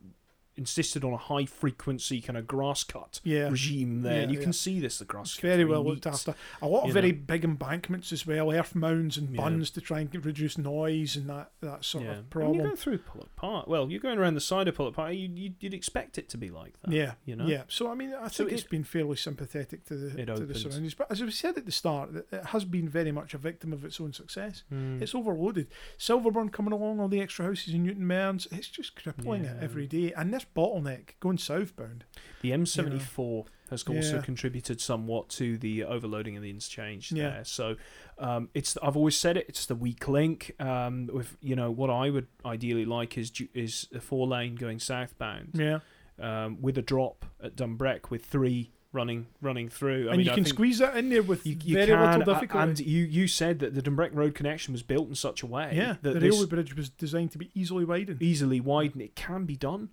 A: insisted on a high frequency kind of grass cut
B: Yeah.
A: regime there.
B: Yeah,
A: and you
B: yeah.
A: can see this the grass
B: It's
A: cut's
B: very well
A: neat.
B: looked after. A lot of
A: you
B: very
A: know.
B: big embankments as well, earth mounds and
A: Yeah.
B: buns to try and get- reduce noise and that, that sort
A: Yeah.
B: of
A: And you're
B: problem.
A: going through Pollock Park. Well, you're going around the side of Pollock Park. You, you, you'd expect it to be like that.
B: yeah,
A: you know?
B: yeah. So I mean, I
A: So
B: think it's
A: it-
B: been fairly sympathetic to the
A: It
B: to the
A: opens.
B: surroundings. But as we said at the start, it- it has been very much a victim of its own success.
A: Mm.
B: It's overloaded. Silverburn coming along, all the extra houses in Newton Mearns, it's just crippling it
A: Yeah.
B: every day. And this bottleneck going southbound.
A: the M74 has also
B: Yeah.
A: contributed somewhat to the overloading of the interchange
B: Yeah.
A: there. So um, it's I've always said it. It's the weak link. Um, with you know what I would ideally like is ju- is a four lane going southbound.
B: Yeah.
A: um, with a drop at Dumbreck with three running running through. I
B: and
A: mean,
B: you
A: I
B: can
A: think
B: squeeze that in there with
A: you, you
B: very
A: can, a-
B: little difficulty.
A: And you, you said that the Dumbreck Road connection was built in such a way
B: yeah,
A: that
B: the
A: this
B: railway bridge was designed to be easily widened.
A: easily widened. It can be done.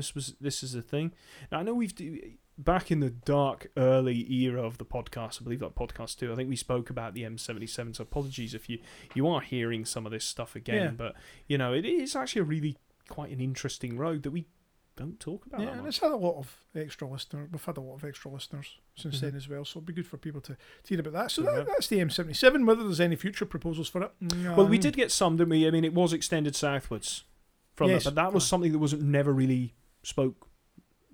A: This was this is the thing. Now I know we've do, back in the dark early era of the podcast, I believe that podcast too. I think we spoke about the M77. So apologies if you you are hearing some of this stuff again,
B: Yeah.
A: but you know it is actually a really quite an interesting road that we don't talk about.
B: Yeah,
A: that
B: and
A: much.
B: it's had a lot of extra listeners. We've had a lot of extra listeners since then as well, so it'd be good for people to, to hear about that. So
A: Mm-hmm. Yeah.
B: that, that's the M77. Whether there's any future proposals for it,
A: Well,
B: Um,
A: we did get some, didn't we? I mean, it was extended southwards from
B: Yes.
A: that, but that was
B: Ah.
A: something that wasn't never really spoke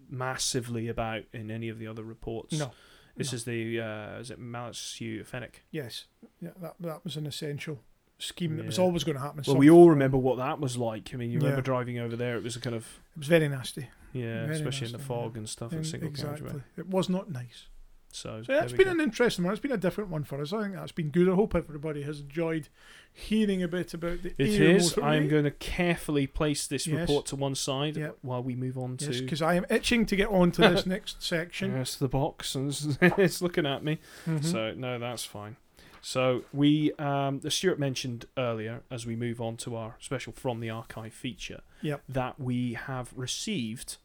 A: massively about in any of the other reports.
B: No,
A: This
B: no.
A: is the uh, is it Malice Fennec?
B: Yes, yeah, that that was an essential scheme that was
A: Yeah.
B: always going to happen.
A: Well,
B: so
A: we all remember what that was like. I mean, you remember
B: Yeah.
A: driving over there; it was a kind of
B: it was very nasty.
A: yeah,
B: Very
A: especially in the
B: nasty,
A: fog and stuff, and
B: And
A: single
B: exactly,
A: carriageway.
B: it was not nice.
A: So,
B: So yeah, it's
A: there we
B: been
A: go.
B: an interesting one. It's been a different one for us. I think that's been good. I hope everybody has enjoyed hearing a bit about the.
A: It
B: air
A: is. I am
B: motorway.
A: going to carefully place this
B: Yes.
A: report to one side
B: Yep.
A: while we move on
B: Yes,
A: to
B: because I am itching to get on to this next section.
A: yes, the box, and it's looking at me.
B: Mhm.
A: So no, that's fine. So we, um, as Stuart mentioned earlier, as we move on to our special from the archive feature,
B: Yep.
A: that we have received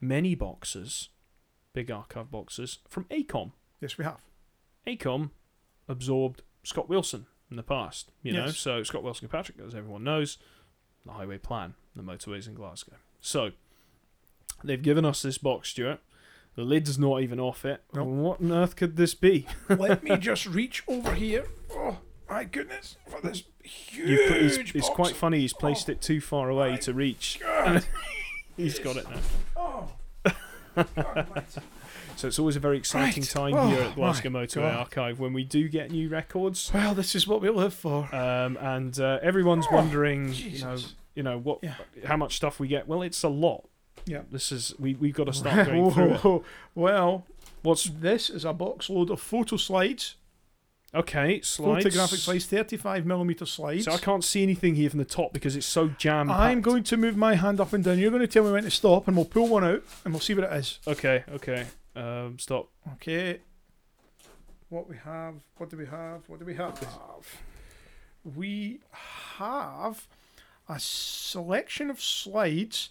A: many boxes, big archive boxes from Acom.
B: yes, we have.
A: Acom absorbed Scott Wilson in the past, you know.
B: Yes.
A: So Scott Wilson Patrick, as everyone knows, the highway plan, the motorways in Glasgow. So they've given us this box, Stuart. The lid's not even off it.
B: Nope.
A: What on earth could this be?
B: Let me just reach over here. Oh my goodness! For this huge
A: You've put, he's, it's
B: box.
A: quite funny. He's placed it too far away
B: my
A: to reach.
B: God.
A: He's got it now.
B: Oh.
A: So it's always a very exciting
B: Right.
A: time
B: Oh,
A: here at Glasgow
B: my
A: Motorway
B: God.
A: Archive when we do get new records.
B: Well, this is what we live for.
A: Um, and uh, everyone's
B: Oh,
A: wondering, you know,
B: Jesus.
A: you know what,
B: Yeah.
A: how much stuff we get. Well, it's a lot.
B: Yeah.
A: This is we we have got to start going through it.
B: Whoa. Well,
A: What's
B: this is a box load of photo slides,
A: okay? Slides.
B: photographic slides, 35 millimeter slides.
A: So I can't see anything here from the top because it's so jam.
B: I'm going to move my hand up and down. You're going to tell me when to stop, and we'll pull one out, and we'll see what it is.
A: Okay. Okay. Um, stop.
B: Okay. What we have? What do we have? What do we have? We have a selection of slides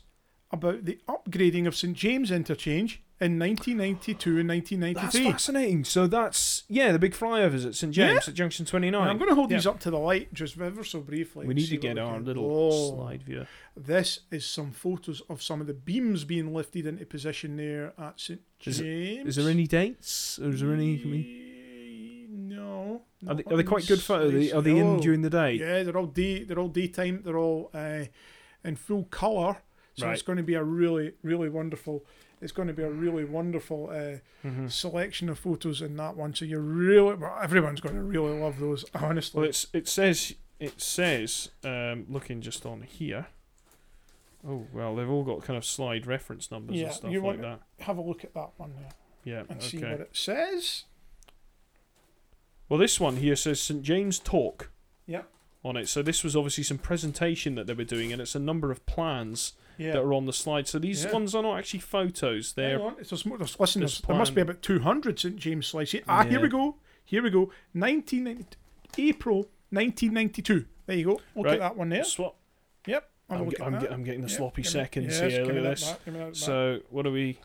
B: about the upgrading of St James Interchange in 1992 and
A: That's
B: 1993.
A: fascinating. So that's yeah, the big flyovers at St James at Junction Twenty
B: Now,
A: Nine.
B: I'm going to hold
A: Yeah.
B: these up to the light just ever so briefly.
A: We
B: and
A: need to
B: see what
A: get
B: we
A: our
B: can-
A: little
B: Whoa.
A: slide view.
B: This is some photos of some of the beams being lifted into position there at St
A: Is
B: James.
A: it- Is there any dates? Or is there any? Can we,
B: Ye- Mm, No.
A: are,
B: not
A: they,
B: on
A: are they quite
B: these
A: good photo? Are they,
B: slides.
A: are they in
B: No.
A: during the day?
B: Yeah, they're all day. They're all daytime. They're all uh, in full color. So it's
A: Right.
B: going to be a really, really wonderful. It's going to be a really wonderful uh,
A: Mhm.
B: selection of photos in that one. So you're really, well, everyone's going to really love those. Honestly,
A: Well, it's it says it says um, looking just on here. Oh well, they've all got kind of slide reference numbers
B: Yeah,
A: and stuff
B: you
A: like
B: want-
A: that.
B: have a look at that one there
A: Yeah.
B: and see
A: okay.
B: what it says.
A: Well, this one here says St James Talk.
B: Yeah.
A: On it. So this was obviously some presentation that they were doing, and it's a number of plans
B: Yeah.
A: that are on the slide. So these
B: Yeah.
A: ones are not actually photos. They're
B: Hang on, it's a sm- there's, listen,
A: There's
B: there's, there must be
A: plan-
B: about 200 St James slices. Ah, here
A: Yeah.
B: we go. Here we go. 1990, April 1992. There you go. Look
A: Right.
B: at that one there.
A: swap.
B: Yep. Have a
A: I'm,
B: look
A: ge-
B: at
A: I'm,
B: that.
A: ge- I'm getting the
B: Yep,
A: sloppy
B: give me-
A: seconds
B: yes,
A: here.
B: give
A: Look
B: me
A: at
B: that
A: this.
B: back, give me that back.
A: So what are we?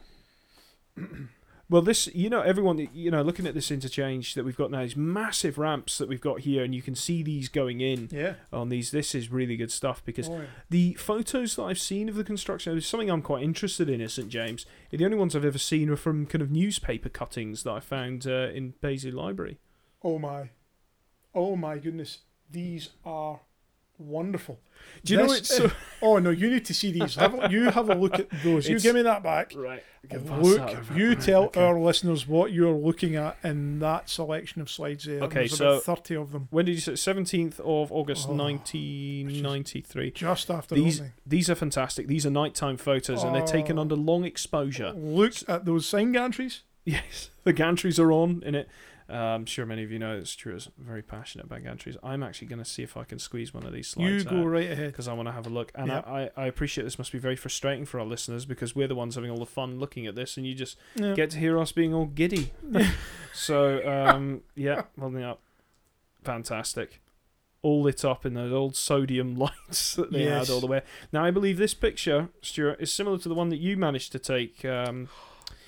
A: well, this you know everyone you know looking at this interchange that we've got now these massive ramps that we've got here, and you can see these going in
B: yeah.
A: on these. This is really good stuff because
B: Oh, yeah.
A: the photos that I've seen of the construction is something I'm quite interested in at St James. The only ones I've ever seen are from kind of newspaper cuttings that I found uh, in Paisley Library.
B: Oh my. Oh my goodness. These are wonderful.
A: Do you know
B: This
A: it's
B: is-
A: so-
B: Oh no, you need to see these. Have a, you have a look at those. You
A: It's-
B: give me that back.
A: right?
B: Look, you tell our listeners what you're looking at in that selection of slides there.
A: Okay,
B: There's about
A: so-
B: 30 of them.
A: When did you say seventeenth of August,
B: Oh,
A: nineteen ninety three?
B: Just after
A: These
B: opening.
A: these are fantastic. These are nighttime photos, and they're taken
B: Oh.
A: under long exposure.
B: Look at those sign gantries.
A: Yes, the gantries are on in it. Uh, I'm sure many of you know that Stuart's very passionate about gantries. I'm actually going to see if I can squeeze one of these
B: You
A: slides
B: go right ahead.
A: because I want to have a look. And
B: Yep.
A: I, I, I appreciate this must be very frustrating for our listeners because we're the ones having all the fun looking at this, and you just
B: Yeah.
A: get to hear us being all giddy. so um, yeah, holding up, fantastic, all lit up in those old sodium lights that they
B: Yes.
A: had all the way. Now I believe this picture, Stuart, is similar to the one that you managed to take um,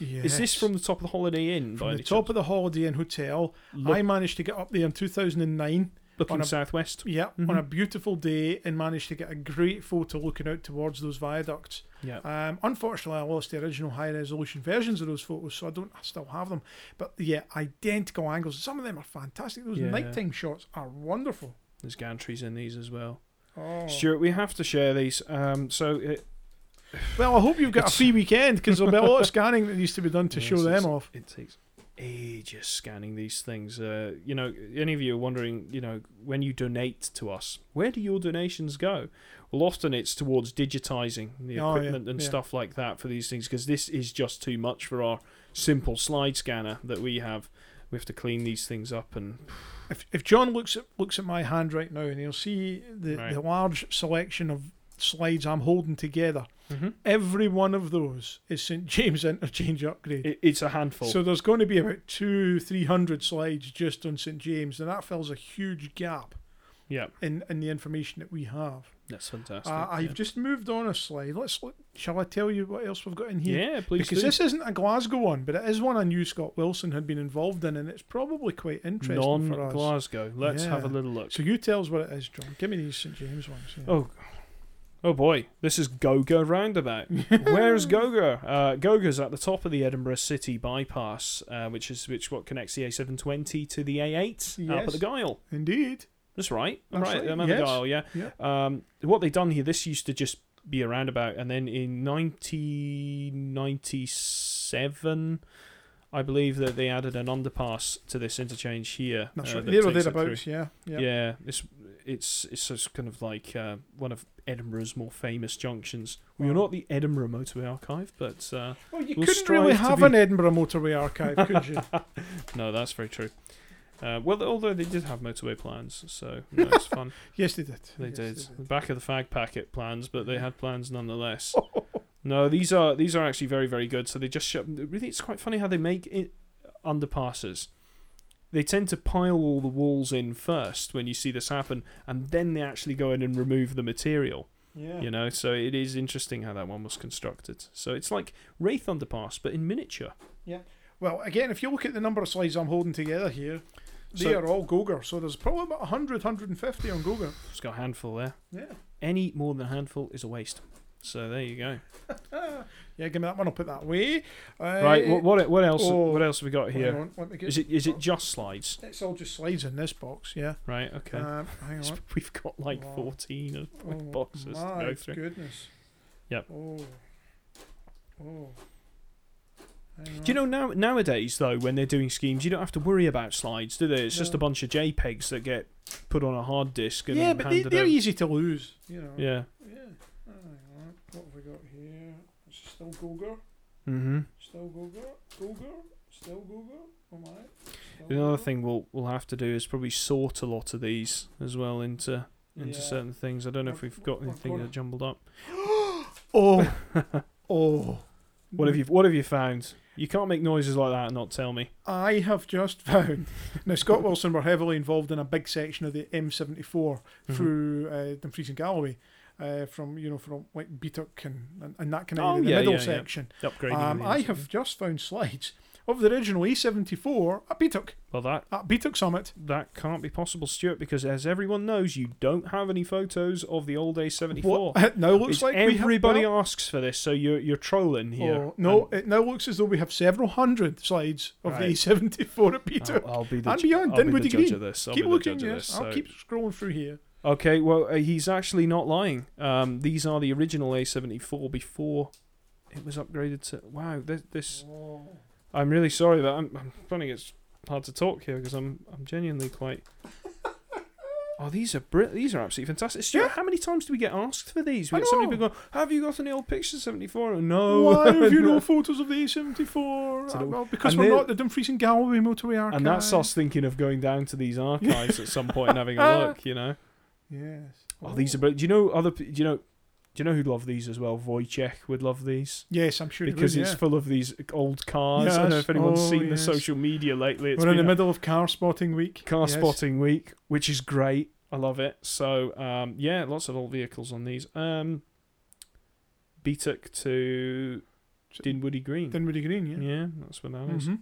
A: Is this
B: Yes.
A: from the top of the Holiday Inn? by
B: From the
A: any
B: top
A: chance?
B: of the Holiday Inn Hotel,
A: Look-
B: I managed to get up there in 2009.
A: looking
B: on a-
A: southwest.
B: Yeah,
A: Mhm.
B: on a beautiful day, and managed to get a great photo looking out towards those viaducts.
A: Yeah,
B: Um, unfortunately, I lost the original high resolution versions of those photos, so I don't I still have them. But yeah, identical angles. Some of them are fantastic. Those
A: Yeah.
B: nighttime shots are wonderful.
A: there's gantries in these as well.
B: Oh.
A: Stuart, we have to share these. Um, so it,
B: Well, I hope you've got a
A: It's-
B: free weekend because there'll be a lot of scanning that needs to be done to
A: Yes,
B: show
A: it's-
B: them off.
A: it takes ages scanning these things. Uh, you know, any of you are wondering, you know, when you donate to us, where do your donations go? Well, often it's towards digitizing the
B: Oh, yeah,
A: equipment and
B: yeah.
A: stuff like that for these things because this is just too much for our simple slide scanner that we have. We have to clean these things up and
B: If, if John looks at looks at my hand right now and he'll see the,
A: Right.
B: the large selection of slides I'm holding together, every one of those is St James Interchange upgrade.
A: it, it's a handful.
B: So there's going to be about two, three hundred slides just on St James, and that fills a huge gap
A: yeah,
B: in, in the information that we have.
A: that's fantastic.
B: Uh, I've
A: yeah.
B: just moved on a slide. Let's look, shall I tell you what else we've got in here?
A: yeah, please
B: because
A: do.
B: this isn't a Glasgow one, but it is one I knew Scott Wilson had been involved in, and it's probably quite interesting
A: non
B: for us.
A: Glasgow. Let's have a
B: Yeah.
A: little look.
B: so you tell us what it is, John. Give me these St James ones. yeah.
A: Oh, oh boy, this is Goga Roundabout. Where's Goga? Uh, Goga's at the top of the Edinburgh City bypass, uh, which is which what connects the A720 to the A8 up at
B: Yes.
A: the Guile.
B: indeed.
A: That's right. I'm
B: That's
A: right.
B: right,
A: I'm at the
B: yes.
A: Guile. Yeah.
B: Yeah.
A: Um, what they done here? This used to just be a roundabout, and then in 1997. I believe that they added an underpass to this interchange here.
B: That's
A: uh,
B: right.
A: that
B: There or
A: takes it through.
B: thereabouts. Yeah. Yeah.
A: Yeah, it's it's it's just kind of like uh, one of Edinburgh's more famous junctions. We are
B: Wow.
A: not the Edinburgh Motorway Archive, but uh,
B: Well, you
A: We'll
B: couldn't really
A: strive to
B: have
A: be-
B: an Edinburgh Motorway archive, could you?
A: no, that's very true. Uh, well, although they did have motorway plans, so no, it's fun.
B: yes, they did.
A: They
B: Yes,
A: did the back of the fag packet plans, but they had plans nonetheless.
B: did.
A: no, these are these are actually very very good. So they just show, really it's quite funny how they make it underpasses. They tend to pile all the walls in first when you see this happen, and then they actually go in and remove the material.
B: Yeah.
A: You know, so it is interesting how that one was constructed. So it's like Wraith Underpass, but in miniature.
B: Well, again, if you look at the number of slides I'm holding together here, they
A: So-
B: are all Goger. So there's probably about 100, 150 on Goger.
A: It's got a handful there.
B: Yeah.
A: Any more than a handful is a waste. So there you go.
B: Yeah, give me that one. I'll put that away. Uh,
A: Right. What e-, what, what else?
B: oh,
A: what else have we got
B: hang
A: here?
B: on, let me get-
A: Is it is it just slides?
B: It's all just slides in this box, yeah.
A: Right. Okay.
B: Um, hang on.
A: We've got like
B: Wow.
A: fourteen of
B: Oh,
A: boxes to
B: my
A: go through.
B: goodness.
A: Yep.
B: Oh. Oh. Hang
A: Do you
B: on.
A: know now nowadays though when they're doing schemes you don't have to worry about slides do they? It's just
B: No.
A: a bunch of JPEGs that get put on a hard disk and
B: Yeah,
A: then
B: but they,
A: handed
B: they're
A: over.
B: easy to lose. You know.
A: yeah.
B: Yeah. Hang on. What have we got here? It's still Goger.
A: Mm-hmm.
B: Still Goger. Goger. Still Goger. Oh my. Still
A: The other
B: Goger.
A: thing we'll we'll have to do is probably sort a lot of these as well into into
B: Yeah.
A: certain things. I don't know if
B: I've-
A: we've got
B: I've
A: anything
B: got
A: that
B: it.
A: jumbled up.
B: Oh. oh.
A: What have you What have you found? You can't make noises like that and not tell me.
B: I have just found. Now, Scott Wilson were heavily involved in a big section of the M74
A: Mm-hmm.
B: through uh, Dumfries and Galloway, uh, from you know from like Beetock and, and, and that kind of
A: Oh,
B: area, the
A: yeah,
B: middle
A: yeah, yeah.
B: section.
A: Upgrading.
B: Um,
A: the
B: I
A: engine.
B: have just found slides of the original E74 at Beetock
A: Well, that
B: at Beetock Summit.
A: that can't be possible, Stuart, because as everyone knows, you don't have any photos of the old A74.
B: What- it now looks
A: It's
B: like
A: everybody
B: we have,
A: asks for this, so you're you're trolling
B: well,
A: here.
B: oh, no,
A: And-
B: it now looks as though we have several hundred slides of
A: Right. Ah.
B: the E74 at Beetock.
A: I'll, I'll be the,
B: And
A: ju-
B: beyond,
A: I'll be
B: Dinwiddie
A: the judge
B: Green.
A: of this. I'll
B: keep
A: be the
B: looking,
A: judge of
B: yes.
A: this,
B: I'll
A: so-
B: keep scrolling through here.
A: Okay, well, uh, he's actually not lying. Um, these are the original A74 before it was upgraded to. Wow, this. this
B: Oh,
A: I'm really sorry that I'm, I'm finding it's hard to talk here because I'm I'm genuinely quite. Oh, these are br- these are absolutely fantastic. Stuart, how many times do we get asked for these? We
B: I
A: get so many
B: know.
A: people going, "Have you got any old pictures 74?" And No.
B: Why have you no
A: no.
B: photos of the A74?
A: Oh. It's a
B: Uh,
A: little-
B: Well, because
A: and
B: we're
A: they're-
B: not the Dumfries and Galloway Motorway Archive.
A: And that's us thinking of going down to these archives at some point and having a look. You know.
B: Yes.
A: Oh, these are. br- Do you know other? p- Do you know? Do you know who'd love these as well? Wojciech would love these.
B: Yes, I'm sure he
A: because
B: would,
A: it's
B: yeah.
A: full of these old cars. I don't know
B: Yes.
A: if anyone's
B: Oh,
A: seen
B: yes.
A: the social media lately. It's
B: We're in the
A: been a
B: middle of car spotting week.
A: car
B: Yes.
A: spotting week, which is great. I love it. So um, yeah, lots of old vehicles on these. Um, Beatuk to Dinwiddie Green.
B: Dinwiddie Green, yeah.
A: yeah, that's what that was.
B: Mhm.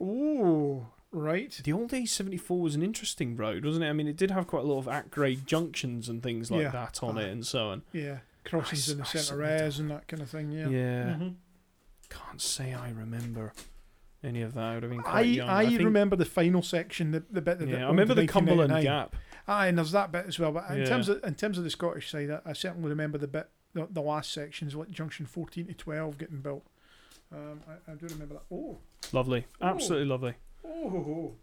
B: Oh, right.
A: The old A74 was an interesting road, wasn't it? I mean, it did have quite a lot of at-grade junctions and things like
B: Yeah. Uh-huh.
A: that on it and so on.
B: Yeah. Crossings
A: I
B: in the
A: s- I
B: centre
A: certainly
B: res and that kind of thing,
A: Yeah.
B: yeah. Mm. Mm-hmm.
C: Mhm.
A: Can't say I remember any of that. I would have been quite
B: I,
A: young.
B: I,
A: think-
B: remember the final section, the, the bit that
A: Yeah,
B: they
A: I
B: owned
A: remember
B: in
A: the Cumberland
B: 1999.
A: Gap.
B: Aye, and there's that bit as well. But in
A: Yeah.
B: terms of in terms of the Scottish side, I, I certainly remember the bit the, the last sections, like junction fourteen to twelve, getting built. Um, I, I do remember that. Oh,
A: Lovely, absolutely lovely.
B: oh, oh,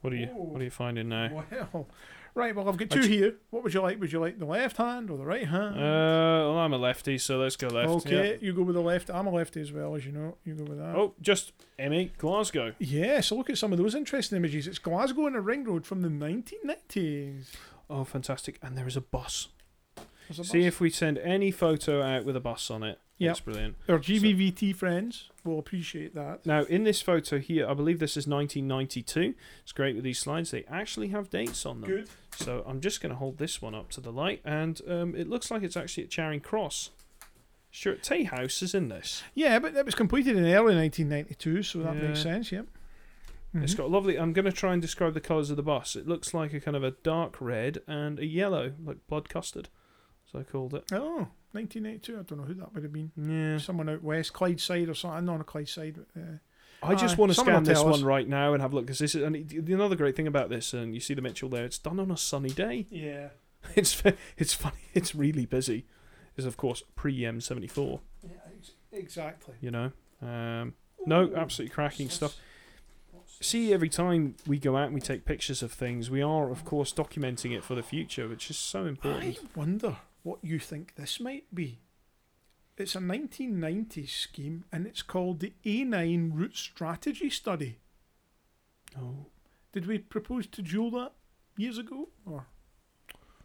A: What are you?
B: Oh.
A: What are you finding now?
B: oh. well. Right, well, I've got
A: I
B: two
A: ju-
B: here. What would you like? Would you like the left hand or the right
A: Uh,
B: hand?
A: well, I'm a lefty, so let's go left.
B: okay,
A: yeah.
B: you go with the left. I'm a lefty as well, as you know. You go with that.
A: Oh, just Emmy Glasgow.
B: Yeah, so look at some of those interesting images. It's Glasgow and a ring road from the 1990s.
A: Oh, fantastic! And there is a bus.
B: There's a
A: See
B: bus.
A: if we send any photo out with a bus on it.
B: Yep.
A: It's brilliant.
B: our GVVT friends will appreciate that.
A: Now, in this photo here, I believe this is 1992. It's great with these slides. They actually have dates on them.
B: Good.
A: So I'm just going to hold this one up to the light, and um, it looks like it's actually at Charing Cross. Stuart Tay House is in this.
B: Yeah, but that was completed in early 1992, so that makes
A: Yeah.
B: sense. Yep.
A: It's
B: Mhm.
A: got lovely. I'm going to try and describe the colours of the bus. It looks like a kind of a dark red and a yellow, like blood custard. So I called it.
B: oh, 1982. I don't know who that would have been.
A: Yeah.
B: Someone out west, Clydeside or something. Not on Clydeside. but, Uh,
A: I just
B: Aye.
A: want to
B: Someone will
A: scan this
B: tell us.
A: one right now and have a look because this is and it, another great thing about this. And you see the Mitchell there. It's done on a sunny day.
B: yeah.
A: It's fa- it's funny. It's really busy. Is of course pre M seventy four.
B: yeah ex- exactly.
A: You know. Um, no, absolutely cracking stuff. see every time we go out and we take pictures of things, we are of course documenting it for the future, which is so
B: I
A: important.
B: wonder what you think this might be. It's a 1990s scheme, and it's called the A9 Route Strategy Study.
A: Oh,
B: Did we propose to Jewel that years ago, or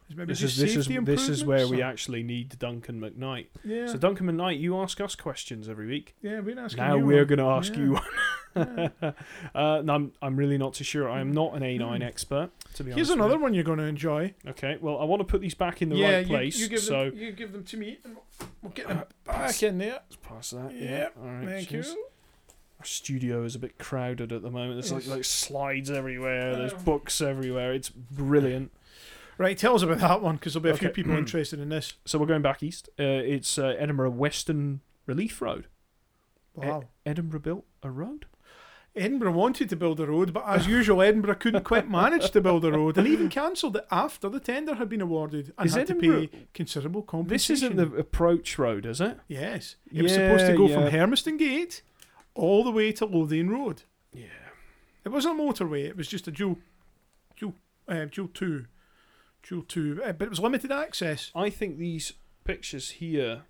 B: is maybe
A: this
B: just
A: is this is
B: safety
A: this is where we
B: improvements
A: actually need Duncan McKnight.
B: or- Yeah,
A: So Duncan McKnight, you ask us questions every week.
B: yeah, we're asking
A: Now
B: you
A: we're
B: one.
A: going to ask
B: Yeah.
A: you one. uh, no, I'm I'm really not too sure. I am not an A9
B: Hmm.
A: expert, to be honest.
B: Here's
A: with
B: another
A: you.
B: one you're going to enjoy.
A: Okay, well I want to put these back in the right place.
B: You, you give
A: so
B: them, you give them to me, and we'll- we'll get
A: Uh,
B: them back
A: pass-
B: in there.
A: let's pass that.
B: Yep,
A: All right.
B: Thank
A: cheers.
B: you.
A: Our studio is a bit crowded at the moment. There's like,
B: Yes.
A: like slides everywhere. There's
B: Oh.
A: books everywhere. It's brilliant.
B: Right, tell us about that one because there'll be a few
A: Okay. Mm.
B: people interested in this.
A: So we're going back east. Uh, it's uh, Edinburgh Western Relief Road. E-
B: Wow.
A: Edinburgh built a road.
B: Edinburgh wanted to build a road, but as usual, Edinburgh couldn't quite manage to build a road and even cancelled it after the tender had been awarded and
A: Is
B: had
A: Edinburgh-
B: to pay considerable
A: This
B: compensation.
A: isn't the approach road, is it?
B: Yes. It was supposed to
A: Yeah,
B: go
A: yeah.
B: from Hermiston Gate all the way to Lothian Road.
A: Yeah.
B: It wasn't a motorway, it was just a dual, dual, uh, dual 2. Dual 2. uh, but it was limited access.
A: I think these pictures here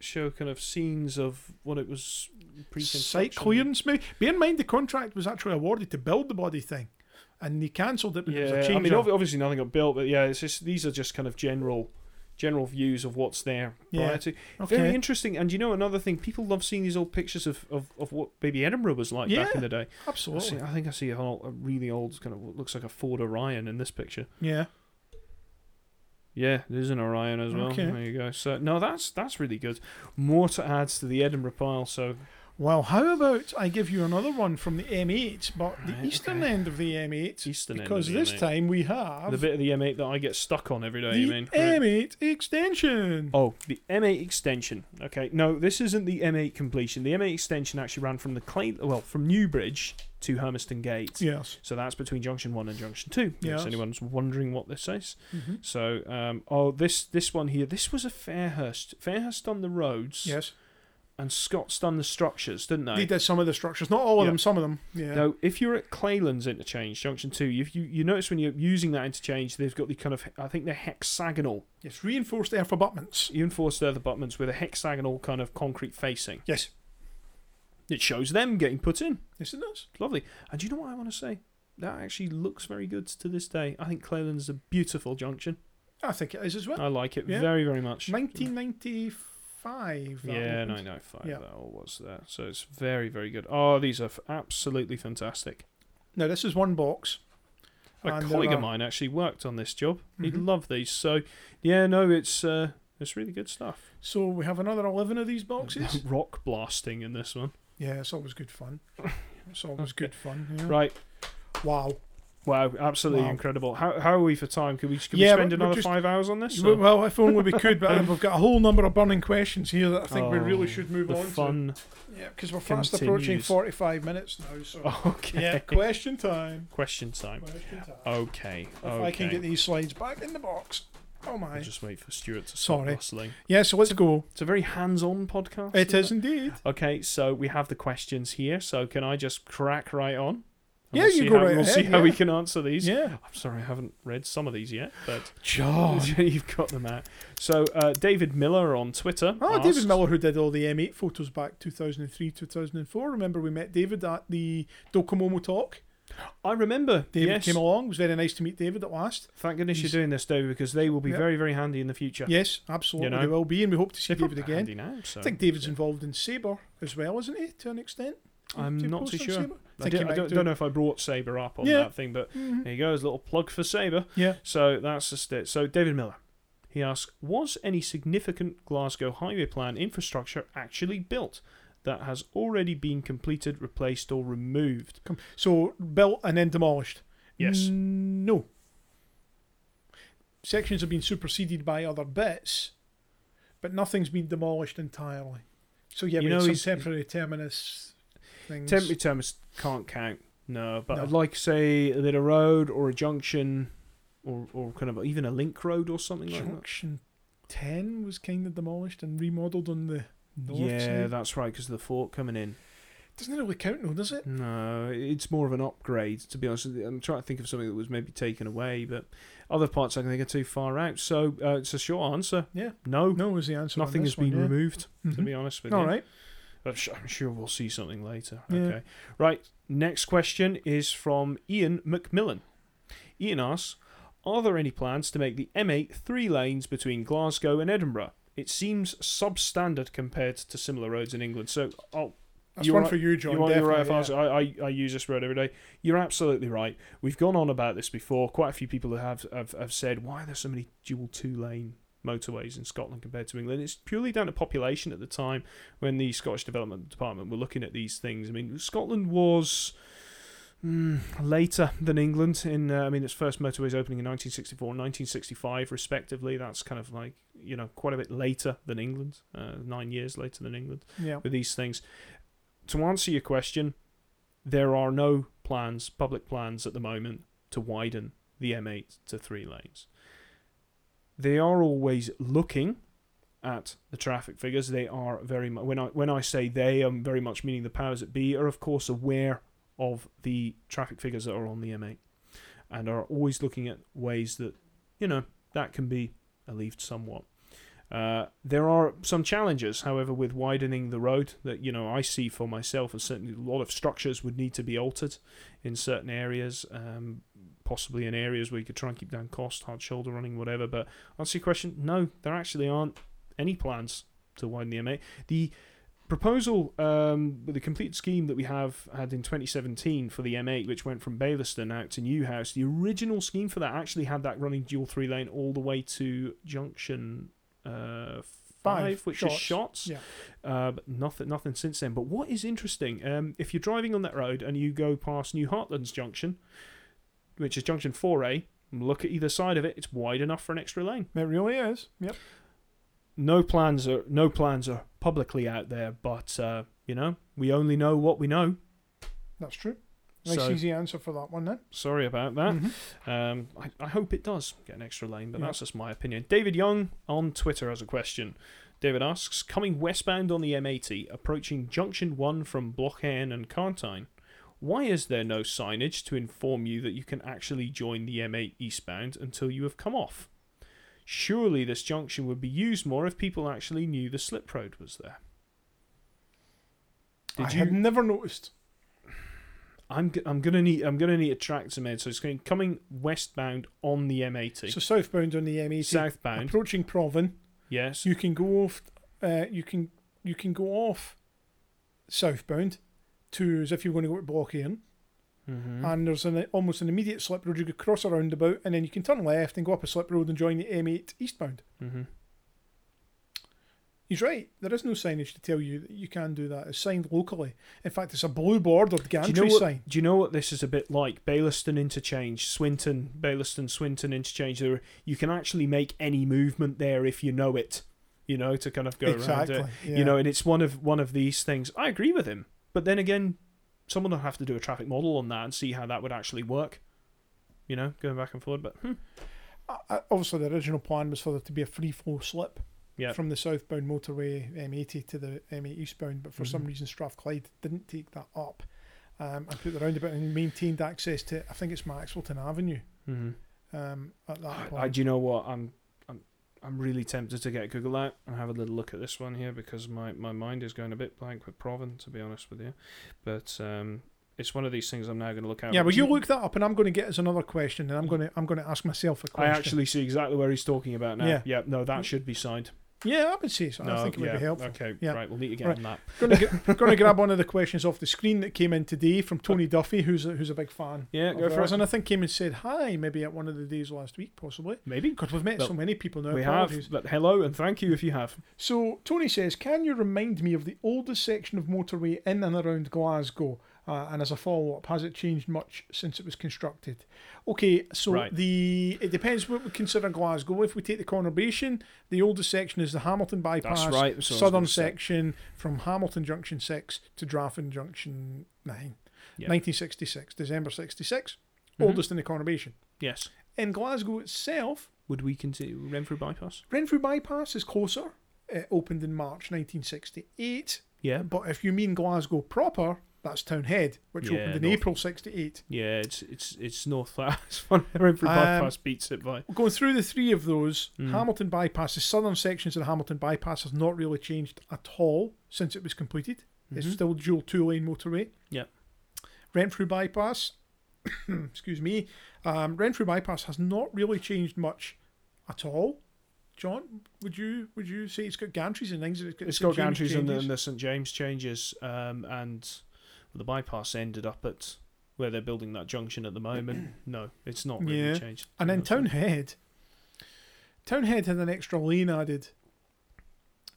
A: show kind of scenes of what it was pre-construction.
B: Site clearance, maybe. Bear in mind, the contract was actually awarded to build the bloody thing. And they cancelled it because it was
A: Yeah,
B: a change.
A: I mean,
B: of-
A: obvi- obviously nothing got built, but yeah, it's just these are just kind of general, general views of what's there.
B: Yeah.
A: prior to-
B: Okay.
A: Very interesting. And you know another thing, people love seeing these old pictures of, of, of what maybe Edinburgh was like back
B: Yeah.
A: in the day. I, see,
B: Absolutely.
A: I think I see a, whole, a really old kind of what looks like a Ford Orion in this picture.
B: Yeah.
A: Yeah, there's an Orion as well.
B: Okay.
A: There you go. So no, that's that's really good. More to add to the Edinburgh pile. So
B: Well, how about I give you another one from the M8, but
A: Right,
B: the eastern
A: okay.
B: end of the M8,
A: Eastern end
B: because
A: of the
B: this
A: M8.
B: time we have
A: the bit of the M8 that I get stuck on every day.
B: the
A: you mean? Right.
B: M8 extension.
A: Oh, the M8 extension. Okay, no, this isn't the M8 completion. The M8 extension actually ran from the Clay, well, from Newbridge to Hermiston Gate.
B: Yes.
A: So that's between Junction One and Junction Two.
B: Yes.
A: If anyone's wondering what this is,
B: Mhm.
A: so um, oh, this this one here, this was a Fairhurst. Fairhurst done the roads,
B: Yes.
A: and Scots done the structures, didn't they?
B: They did some of the structures, not all of
A: Yeah.
B: them, some of them. Yeah.
A: Now, if you're at Claylands Interchange, Junction Two, you, you you notice when you're using that interchange, they've got the kind of I think they're hexagonal,
B: Yes, reinforced earth abutments.
A: reinforced earth abutments with a hexagonal kind of concrete facing.
B: Yes.
A: It shows them getting put in.
B: Yes, it does.
A: It's lovely. And do you know what I want to say? That actually looks very good to this day. I think Clayland's a beautiful junction.
B: I think it is as well.
A: I like it
B: yeah.
A: very, very much.
B: 1995. that
A: Yeah,
B: opened.
A: 995.
B: Yeah.
A: That all was there. So it's very, very good. Oh, these are f- absolutely fantastic.
B: Now, this is one box.
A: A
B: And there
A: colleague
B: are-
A: of mine actually worked on this job. He
B: Mhm.
A: loved these. So, yeah, no, it's uh, It's really good stuff.
B: So we have another 11 of these boxes.
A: Rock blasting in this one.
B: yeah, it's always good fun. It's always good fun. yeah.
A: Right.
B: Wow.
A: Wow, absolutely
B: Wow.
A: incredible. How, how are we for time? Could we, could
B: Yeah,
A: we spend
B: we're
A: another
B: just-
A: five hours on this?
B: W-
A: or-
B: Well, if only we could, but we've got a whole number of burning questions here that I think we
A: Oh,
B: really should move
A: the
B: on
A: fun.
B: to. Yeah, because we're fast approaching
A: continues.
B: 45 minutes now. So
A: Oh, Okay.
B: yeah, question time.
A: Question time.
B: Question time.
A: Okay.
B: if
A: okay.
B: I can get these slides back in the box. Oh my.
A: We'll just wait for Stuart to stop
B: Sorry.
A: rustling.
B: Yeah, so let's go.
A: It's a very hands-on podcast.
B: It
A: isn't
B: is indeed.
A: Okay, so we have the questions here. So can I just crack right on? And
B: Yeah,
A: we'll
B: you
A: see
B: go
A: how,
B: right
A: We'll see
B: ahead,
A: how we
B: yeah.
A: can answer these.
B: Yeah.
A: I'm sorry, I haven't read some of these yet, but
B: John.
A: you've got them out. So uh, David Miller on Twitter.
B: Oh,
A: asked-
B: David Miller, who did all the M8 photos back 2003, 2004. Remember, we met David at the Docomomo talk.
A: I remember.
B: David
A: yes.
B: came along. It was very nice to meet David at last.
A: Thank goodness
B: He's-
A: you're doing this, David, because they will be
B: Yep.
A: very, very handy in the future.
B: Yes, absolutely.
A: You know.
B: They will be, and we hope to see
A: They're
B: David
A: probably
B: again.
A: handy now. So.
B: I think David's involved in Sabre as well, isn't he, to an extent?
A: I'm
B: Do you
A: Mm, not
B: post
A: too
B: on
A: sure.
B: Sabre?
A: I,
B: think
A: did-
B: he
A: I
B: might
A: don't,
B: do.
A: don't know if I brought Saber up on
B: Yeah.
A: that thing, but
B: Mhm.
A: there you go. There's a little plug for Saber.
B: Yeah.
A: So that's just it. So David Miller, he asks, was any significant Glasgow Highway Plan infrastructure actually built that has already been completed, replaced, or removed?
B: Come- So built and then demolished.
A: Yes.
B: No. Sections have been superseded by other bits, but nothing's been demolished entirely. So yeah,
A: You
B: we
A: know,
B: had some
A: he's-
B: temporary terminus things.
A: Temporary terms can't count. No, but
B: Mm. No.
A: I'd like say that a road or a junction, or or kind of even a link road or something like that.
B: Junction Ten was kind of demolished and remodelled on the north
A: yeah,
B: side.
A: that's right, because of the fort coming in.
B: Doesn't really count though, does it?
A: No, it's more of an upgrade, to be honest. with you. I'm trying to think of something that was maybe taken away, but other parts I can think are too far out. So uh, it's a short answer.
B: Yeah.
A: No,
B: No was the answer. on
A: nothing
B: this
A: has been
B: one, yeah.
A: removed, to
B: Mhm.
A: be honest with
B: All
A: you.
B: right.
A: I'm su- I'm sure we'll see something later.
B: Yeah.
A: Okay. Right. Next question is from Ian McMillan. Ian asks Are there any plans to make the M8 three lanes between Glasgow and Edinburgh? It seems substandard compared to similar roads in England. So oh, I'll
B: That's
A: You
B: one
A: are-
B: for you, John.
A: you are, you're right,
B: definitely,
A: Faz. I, I, I use this road every day. You're absolutely right. We've gone on about this before. Quite a few people have, have, have said, why are there so many dual two lane motorways in Scotland compared to England? It's purely down to population at the time when the Scottish Development Department were looking at these things. I mean, Scotland was. mm, later than England, in uh, I mean, its first motorways opening in 1964 and 1965, respectively. That's kind of like you know quite a bit later than England, uh, nine years later than England
B: yeah.
A: with these things. To answer your question, there are no plans, public plans at the moment, to widen the M8 to three lanes. They are always looking at the traffic figures. They are very much when I when I say they, I'm very much meaning the powers that be are of course aware of the traffic figures that are on the M8, and are always looking at ways that you know that can be alleviated somewhat. Uh, there are some challenges, however, with widening the road that you know I see for myself, and certainly a lot of structures would need to be altered in certain areas, um, possibly in areas where you could try and keep down cost, hard shoulder running, whatever. But answer your question, no, there actually aren't any plans to widen the M8. The proposal, um, the complete scheme that we have had in 2017 for the M8, which went from Bayleston out to Newhouse, the original scheme for that actually had that running dual three lane all the way to Junction uh, five, which is shots.
B: Yeah.
A: Uh, but nothing, nothing since then. But what is interesting, um, if you're driving on that road and you go past New Heartlands Junction, which is Junction 4A, and look at either side of it, it's wide enough for an extra lane.
B: It really is. Yep.
A: No plans are no plans are publicly out there, but uh, you know we only know what we know.
B: That's true. Nice
A: So-
B: easy answer for that one then.
A: Sorry about that.
B: Mhm.
A: Um, I, I hope it does get an extra lane, but
B: Yeah.
A: that's just my opinion. David Young on Twitter has a question. David asks, coming westbound on the M80, approaching Junction 1 from Blockhain and Carntine, why is there no signage to inform you that you can actually join the M8 eastbound until you have come off? Surely this junction would be used more if people actually knew the slip road was there. Did
B: I
A: you-
B: had never noticed.
A: I'm, g- I'm gonna need I'm gonna need a tractor made so it's going coming westbound on the M80
B: So southbound on the M80,
A: southbound
B: approaching Proven,
A: Yes.
B: you can go off. Uh, you can you can go off southbound to as if you're going to go to Blockhaven,
A: Mm-hmm.
B: and there's an almost an immediate slip road. You could cross a roundabout, and then you can turn left and go up a slip road and join the M8 E eastbound.
A: mm-hmm.
B: He's right. There is no signage to tell you that you can do that. It's signed locally. In fact, it's a blue bordered gantry
A: do you know what,
B: sign.
A: Do you know what this is a bit like? Bayliston interchange, Swinton, Bayliston, Swinton interchange. There, are- you can actually make any movement there if you know it. You know to kind of go
B: exactly.
A: around it.
B: yeah.
A: You know, and it's one of one of these things. I agree with him, but then again, someone will have to do a traffic model on that and see how that would actually work. You know, going back and forward, but hmm,
B: I- I- obviously the original plan was for there to be a free flow slip
A: Yeah.
B: from the southbound motorway M80 to the M8 eastbound, but for some
A: Mhm.
B: reason Strathclyde didn't take that up um, and put the roundabout and maintained access to I think it's Maxwellton Avenue
A: hmm
B: um, at that
A: I,
B: point.
A: do you know what? I'm I'm I'm really tempted to get Google out and have a little look at this one here because my, my mind is going a bit blank with Proven, to be honest with you. But um, it's one of these things I'm now going to look at.
B: yeah, well, you look that up, and I'm going to get us another question, and I'm going to I'm going to ask myself a
A: I
B: question.
A: actually see exactly where he's talking about now.
B: Yeah.
A: Yeah, no, that should be signed.
B: yeah, I would say so.
A: No,
B: I think it
A: yeah,
B: would be helpful.
A: Okay,
B: Yeah.
A: right, we'll need to get
B: Right.
A: on that.
B: Going to going to grab one of the questions off the screen that came in today from Tony Duffy, who's a, who's a big fan.
A: Yeah,
B: of
A: go for
B: ours,
A: it.
B: And I think came and said hi, maybe at one of the days last week, possibly.
A: Maybe
B: God, we've met
A: Well,
B: so many people now.
A: we have,
B: apologies.
A: but hello and thank you if you have.
B: So Tony says, "Can you remind me of the oldest section of motorway in and around Glasgow?" Uh, and as a follow-up, has it changed much since it was constructed? Okay, so
A: Right.
B: the it depends what we consider Glasgow. If we take the conurbation, the oldest section is the Hamilton bypass,
A: right, that's what I was
B: southern
A: gonna say.
B: section from Hamilton Junction Six to Draffin Junction Nine,
A: Yeah.
B: 1966, December 66
A: Mhm.
B: oldest in the conurbation.
A: Yes.
B: In Glasgow itself,
A: Would we continue Renfrew bypass?
B: Renfrew Bypass is closer. It opened in March 1968.
A: Yeah.
B: But if you mean Glasgow proper, that's Townhead, which
A: Yeah,
B: opened in
A: north.
B: April 68.
A: Yeah, it's it's it's north that's one Renfrew
B: Um,
A: bypass beats it by.
B: Going through the three of those,
A: Mm.
B: Hamilton Bypass, the southern sections of the Hamilton Bypass has not really changed at all since it was completed. It's
A: Mhm.
B: still dual two lane motorway.
A: Yep.
B: Renfrew Bypass, excuse me, um, Renfrew Bypass has not really changed much at all. John, would you would you say it's got gantries and things? and
A: It's got
B: some changes-
A: gantries and the,
B: changes?
A: and the St James changes, um, and the bypass ended up at where they're building that junction at the moment. no, it's not really
B: Yeah.
A: changed.
B: And then
A: Nothing.
B: Townhead, Townhead had an extra lane added.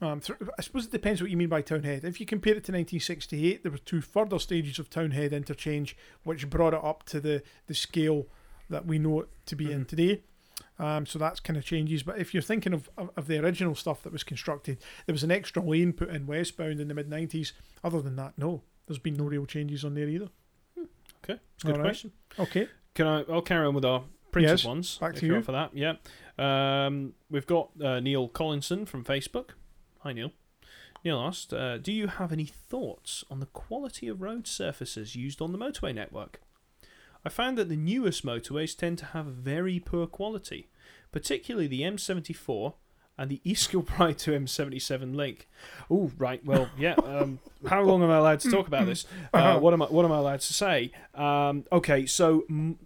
B: Um, thr- I suppose it depends what you mean by Townhead. If you compare it to 1968, there were two further stages of Townhead interchange, which brought it up to the, the scale that we know it to be in
A: Mhm.
B: today. Um, so that's kind of changes. But if you're thinking of, of, of the original stuff that was constructed, there was an extra lane put in westbound in the mid 90s. Other than that, no, there's been no real changes on there either.
A: It's a good
B: Alright.
A: question.
B: Okay.
A: Can I? I'll carry on with our printed
B: Yes,
A: ones.
B: back
A: if
B: to
A: you're
B: you.
A: up for that. Yeah. Um, we've got uh, Neil Collinson from Facebook. Hi, Neil. Neil asked, uh, "Do you have any thoughts on the quality of road surfaces used on the motorway network? I found that the newest motorways tend to have very poor quality, particularly the M74." And the East Kilbride to M77 link. Oh, right. Well, yeah. Um, how long am I allowed to talk about this? Uh, what am I? What am I allowed to say? Um, okay, so mm,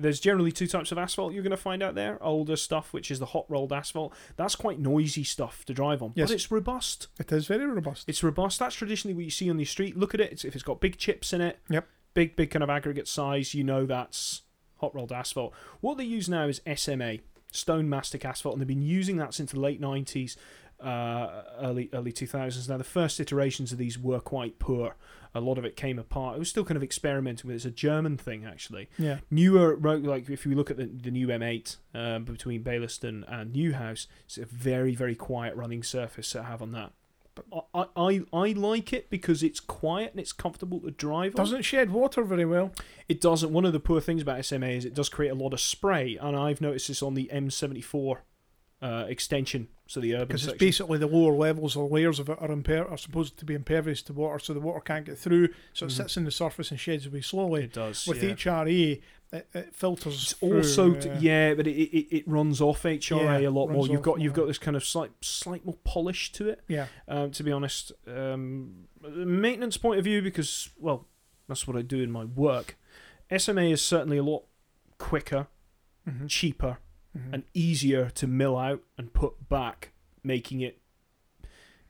A: there's generally two types of asphalt you're going to find out there. Older stuff, which is the hot rolled asphalt. That's quite noisy stuff to drive on,
B: Yes.
A: but it's robust.
B: It is very robust.
A: It's robust. That's traditionally what you see on the street. Look at it. It's, if it's got big chips in it,
B: Yep.
A: big, big kind of aggregate size, you know that's hot rolled asphalt. What they use now is SMA, stone mastic asphalt, and they've been using that since the late 90s, uh, early early 2000s. Now, the first iterations of these were quite poor. A lot of it came apart. It was still kind of experimenting with it. It's a German thing, actually
B: Yeah.
A: newer road like if we look at the, the new m8 um, between bayliston and newhouse it's a very very quiet running surface to have on that but I, I i like it because it's quiet and it's comfortable to drive on.
B: Doesn't shed water very well.
A: it doesn't one of the poor things about sma is it does create a lot of spray and i've noticed this on the m74 uh, extension so the urban
B: Because it's
A: section
B: basically the lower levels or layers of it are imper- are supposed to be impervious to water, so the water can't get through. So it
A: Mhm.
B: sits in the surface and sheds away slowly.
A: it does
B: With
A: yeah.
B: HRA, it, it filters.
A: It's
B: through, uh,
A: also t- yeah, but it, it, it runs off HRA
B: Yeah,
A: a lot
B: runs
A: more. You've
B: off
A: got you've
B: more.
A: got this kind of slight slight more polish to it.
B: yeah.
A: um, to be honest. Um, maintenance point of view, because, well, that's what I do in my work. SMA is certainly a lot quicker,
B: Mhm,
A: cheaper,
B: mhm.
A: and easier to mill out and put back, making it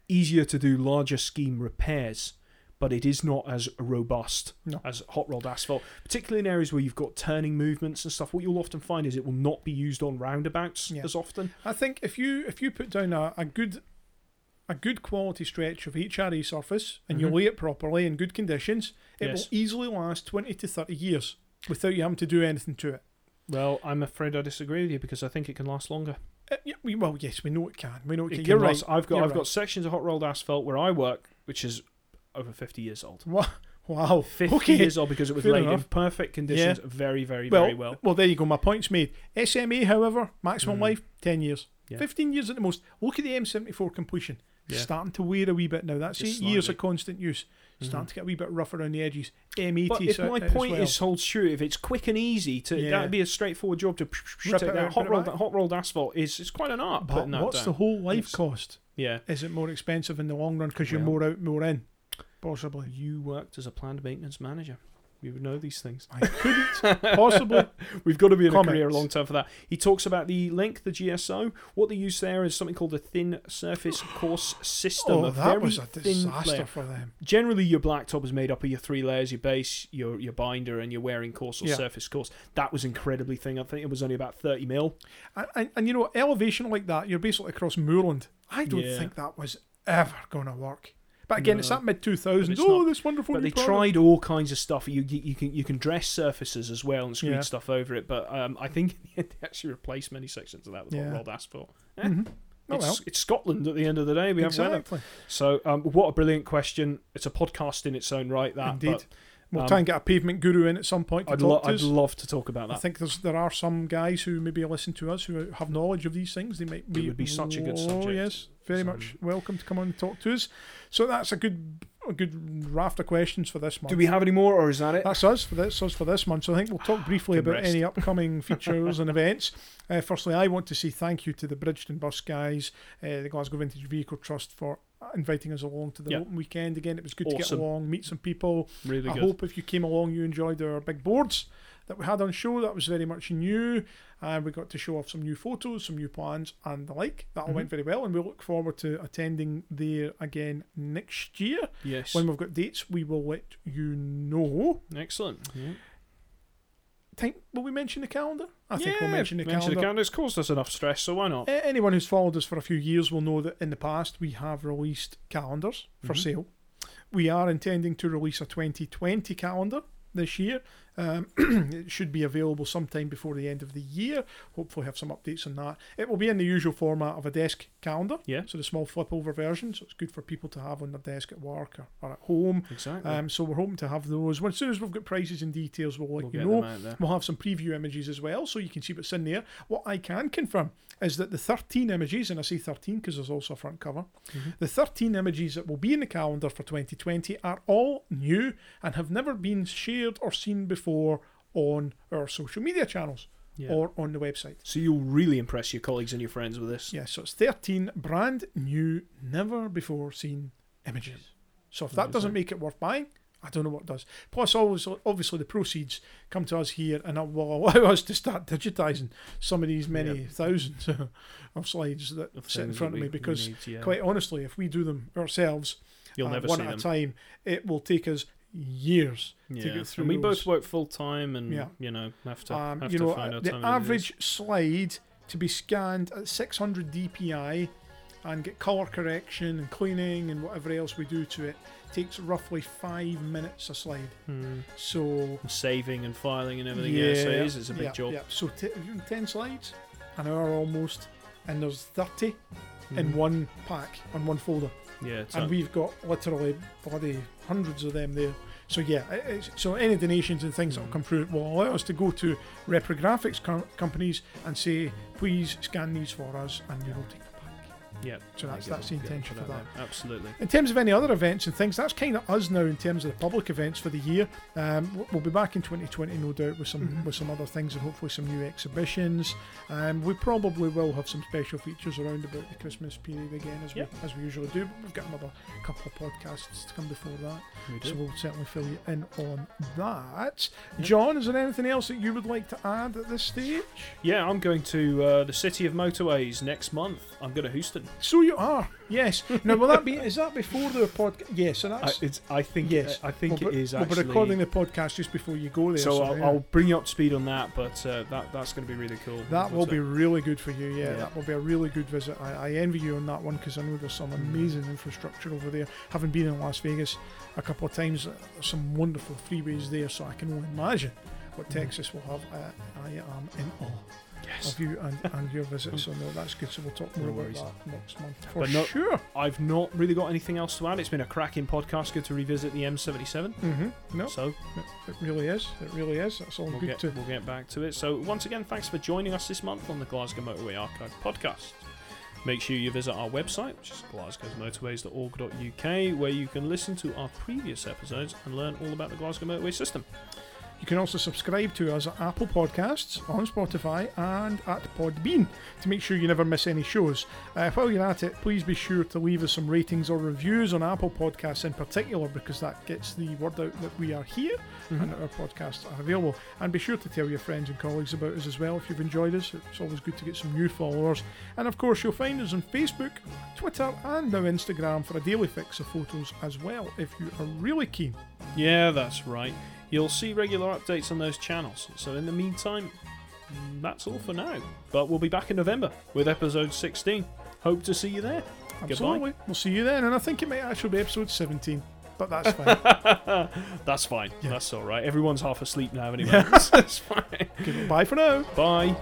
A: easier to do larger scheme repairs. But it is not as robust
B: No.
A: as hot rolled asphalt, particularly in areas where you've got turning movements and stuff. What you'll often find is it will not be used on roundabouts
B: Yeah.
A: as often.
B: I think if you if you put down a, a good a good quality stretch of HRE surface and
A: Mhm.
B: you lay it properly in good conditions, it
A: Yes.
B: will easily last 20 to 30 years without you having to do anything to it.
A: Well, I'm afraid I disagree with you because I think it can last longer.
B: Uh, yeah, we- well, yes, we know it can. We know it,
A: It
B: can.
A: can
B: You're
A: last.
B: right.
A: I've got
B: You're
A: I've
B: right.
A: got sections of hot rolled asphalt where I work, which is over 50 years old.
B: Wha- Wow.
A: 50
B: okay.
A: years old because it was
B: Fair
A: laid in
B: enough.
A: perfect conditions, very, very,
B: well,
A: very well.
B: Well, there you go. My point's made. SMA, however, maximum
A: Mhm.
B: life 10 years.
A: Yeah.
B: 15 years at the most. Look at the M74 completion.
A: Yeah.
B: Starting to wear a wee bit now. That's
A: Just
B: eight years
A: slightly. Mm-hmm.
B: of constant use. Starting to get a wee bit rough around the edges. MET.
A: But if
B: so- uh,
A: my
B: as
A: point
B: well.
A: is holds true, if it's quick and easy, to
B: Yeah.
A: that'd be a straightforward job to
B: Rip
A: take
B: it
A: that
B: out,
A: hot
B: put it
A: rolled
B: back.
A: hot rolled asphalt is it's quite an art
B: But
A: putting that
B: what's
A: down.
B: the whole life
A: It's-
B: cost?
A: yeah.
B: Is it more expensive in the long run because you're
A: Well-
B: more out, more in? Possibly.
A: You worked as a planned maintenance manager. You would know these things.
B: I couldn't possibly.
A: We've got to be in
B: Comments.
A: a career long term for that. He talks about the link, the GSO. What they use there is something called a thin surface course system.
B: Oh,
A: a
B: that
A: very
B: was a
A: thin
B: disaster
A: layer.
B: for them.
A: Generally, your blacktop is made up of your three layers: your base, your your binder, and your wearing course or
B: Yeah.
A: surface course. That was incredibly thin. I think it was only about thirty mil.
B: And, and, and you know, elevation like that, you're basically across moorland. I don't
A: Yeah.
B: think that was ever going to work. But again, it's
A: No.
B: that mid 2000s.
A: But it's
B: Oh,
A: not.
B: this wonderful
A: But
B: new
A: they
B: product.
A: tried all kinds of stuff. You you, you can you can dress surfaces as well and screed
B: Yeah.
A: stuff over it. But um, I think in the end they actually replaced many sections of that with
B: Yeah.
A: hot rolled asphalt.
B: Mhm. Oh,
A: It's,
B: well.
A: it's Scotland at the end of the day. We have weather.
B: Exactly.
A: So, um, what a brilliant question! It's a podcast in its own right. That
B: Indeed. We'll
A: um,
B: try and get a pavement guru in at some point
A: but
B: to
A: I'd, lo-
B: talk to
A: I'd
B: us.
A: love to talk about
B: I
A: that.
B: think there's, there are some guys who maybe listen to us who have knowledge of these things. They might be,
A: would be such a good
B: Oh
A: subject.
B: yes, very
A: So-
B: much welcome to come on and talk to us. So that's a good a good raft of questions for this month.
A: Do we have any more, or is that it?
B: That's us. For That's us for this month. So I think we'll talk briefly
A: Can
B: about
A: rest.
B: any upcoming features and events. Uh, firstly, I want to say thank you to the Bridgeton Bus guys, uh, the Glasgow Vintage Vehicle Trust for inviting us along to the
A: Yeah.
B: open weekend again. It was good to get
A: Awesome.
B: along, meet some people.
A: really
B: I
A: good.
B: hope if you came along, you enjoyed our big boards that we had on show. That was very much new, and we got to show off some new photos, some new plans, and the like. That all went
A: Mhm.
B: very well, and we look forward to attending there again next year.
A: yes,
B: When we've got dates, we will let you know.
A: excellent. Yeah.
B: Think will we mention the calendar? I think we'll mention the calendar.
A: It's caused us enough stress, so why not?
B: A- Anyone who's followed us for a few years will know that in the past we have released calendars for
A: Mhm.
B: sale. We are intending to release a 2020 calendar this year. Um, it should be available sometime before the end of the year. Hopefully, have some updates on that. It will be in the usual format of a desk calendar,
A: Yeah,
B: so the small flip over version. So it's good for people to have on their desk at work or, or at home.
A: exactly.
B: Um, so we're hoping to have those. Well, as soon as we've got prices and details, we'll let
A: we'll
B: you
A: get
B: know.
A: them out there.
B: We'll have some preview images as well, so you can see what's in there. What I can confirm is that the 13 images, and I say 13 because there's also a front cover,
A: Mhm.
B: the 13 images that will be in the calendar for 2020 are all new and have never been shared or seen before on our social media channels
A: Yeah.
B: or on the website.
A: so you'll really impress your colleagues and your friends with this.
B: Yeah, so it's 13 brand new, never before seen images. So if that doesn't
A: Amazing.
B: make it worth buying, I don't know what does. Plus, always, obviously, the proceeds come to us here and it will allow us to start digitising some of these many
A: Yep.
B: thousands of slides that
A: Of
B: sit in
A: things
B: front
A: that we-
B: of me
A: we
B: because,
A: need, yeah.
B: quite honestly, if we do them ourselves,
A: you'll
B: uh,
A: never
B: one
A: see
B: at
A: them.
B: a time, it will take us years to
A: Yeah.
B: get through
A: And we
B: those.
A: both work full time, and
B: Yeah.
A: you know have to
B: Um,
A: have
B: you
A: to
B: know,
A: find
B: uh,
A: our
B: the
A: time. and do this.
B: average slide to be scanned at 600 dpi and get color correction and cleaning and whatever else we do to it takes roughly five minutes a slide.
A: Hmm.
B: So
A: saving and filing and everything. Yeah, so it is. It's a big
B: yeah,
A: job.
B: yeah. So t- 10 slides, an hour almost, and there's 30 in
A: Mhm.
B: one pack on one folder,
A: Yeah, it's
B: and
A: a-
B: we've got literally bloody hundreds of them there. So yeah, it- it's, so any donations and things that'll
A: Mhm.
B: come through will allow us to go to reprographics com- companies and say, please scan these for us, and we will take them back.
A: yeah.
B: So that's
A: Get
B: that's the
A: it- get it
B: intention
A: put
B: for
A: out
B: that.
A: there. Absolutely.
B: In terms of any other events and things, that's kind of us now in terms of the public events for the year. Um, w- we'll be back in 2020, no doubt, with some
A: Mhm.
B: with some other things and hopefully some new exhibitions. Um, we probably will have some special features around about the Christmas period again, as
A: Yep.
B: we as we usually do. But we've got another couple of podcasts to come before that,
A: We
B: so
A: do.
B: we'll certainly fill you in on that.
A: Yep.
B: John, is there anything else that you would like to add at this stage?
A: Yeah, I'm going to uh, the city of motorways next month. I'm going to Houston. Britain.
B: So you are, yes. Now, will that be? Is that before the podcast? Yes, so
A: I,
B: that's.
A: it's, I think
B: Yes.
A: I think
B: we'll
A: it
B: be-
A: is
B: We'll
A: actually.
B: be recording the podcast just before you go there.
A: so I'll,
B: yeah.
A: I'll bring you up to speed on that, but uh, that that's going to be really cool.
B: That will
A: So-
B: be really good for you, yeah.
A: Yeah.
B: That will be a really good visit. I, I envy you on that one because I know there's
A: Mm.
B: some amazing infrastructure over there. Having been in Las Vegas a couple of times, uh, there's some wonderful freeways there, so I can only imagine what
A: Mhm.
B: Texas will have. Uh, I am in awe
A: Yes.
B: of you and, and your visit, so no, that's good. So we'll talk
A: No
B: more about
A: worries.
B: that next month for
A: But no-
B: sure.
A: I've not really got anything else to add. It's been a cracking podcast. Good to revisit the M77.
B: hmm No,
A: So
B: it really is. It really is. That's all
A: Mm-hmm. we'll
B: good
A: get,
B: to.
A: we'll get back to it. So, once again, thanks for joining us this month on the Glasgow Motorway Archive podcast. Make sure you visit our website, which is glasgowmotorways.org.uk, where you can listen to our previous episodes and learn all about the Glasgow Motorway system.
B: You can also subscribe to us at Apple Podcasts, on Spotify, and at Podbean to make sure you never miss any shows. Uh, while you're at it, please be sure to leave us some ratings or reviews on Apple Podcasts in particular, because that gets the word out that we are here and that our podcasts are available. And be sure to tell your friends and colleagues about us as well if you've enjoyed us. It's always good to get some new followers. And of course, you'll find us on Facebook, Twitter, and now Instagram for a daily fix of photos as well if you are really keen.
A: Yeah, that's right. You'll see regular updates on those channels. So, in the meantime, that's all for now. But we'll be back in November with episode 16. Hope to see you there. Goodbye.
B: Absolutely. We'll see you then. And I think it may actually be episode 17, but that's fine.
A: That's fine.
B: Yeah.
A: That's all right. Everyone's half asleep now, anyway. That's fine.
B: Bye for now.
A: Bye.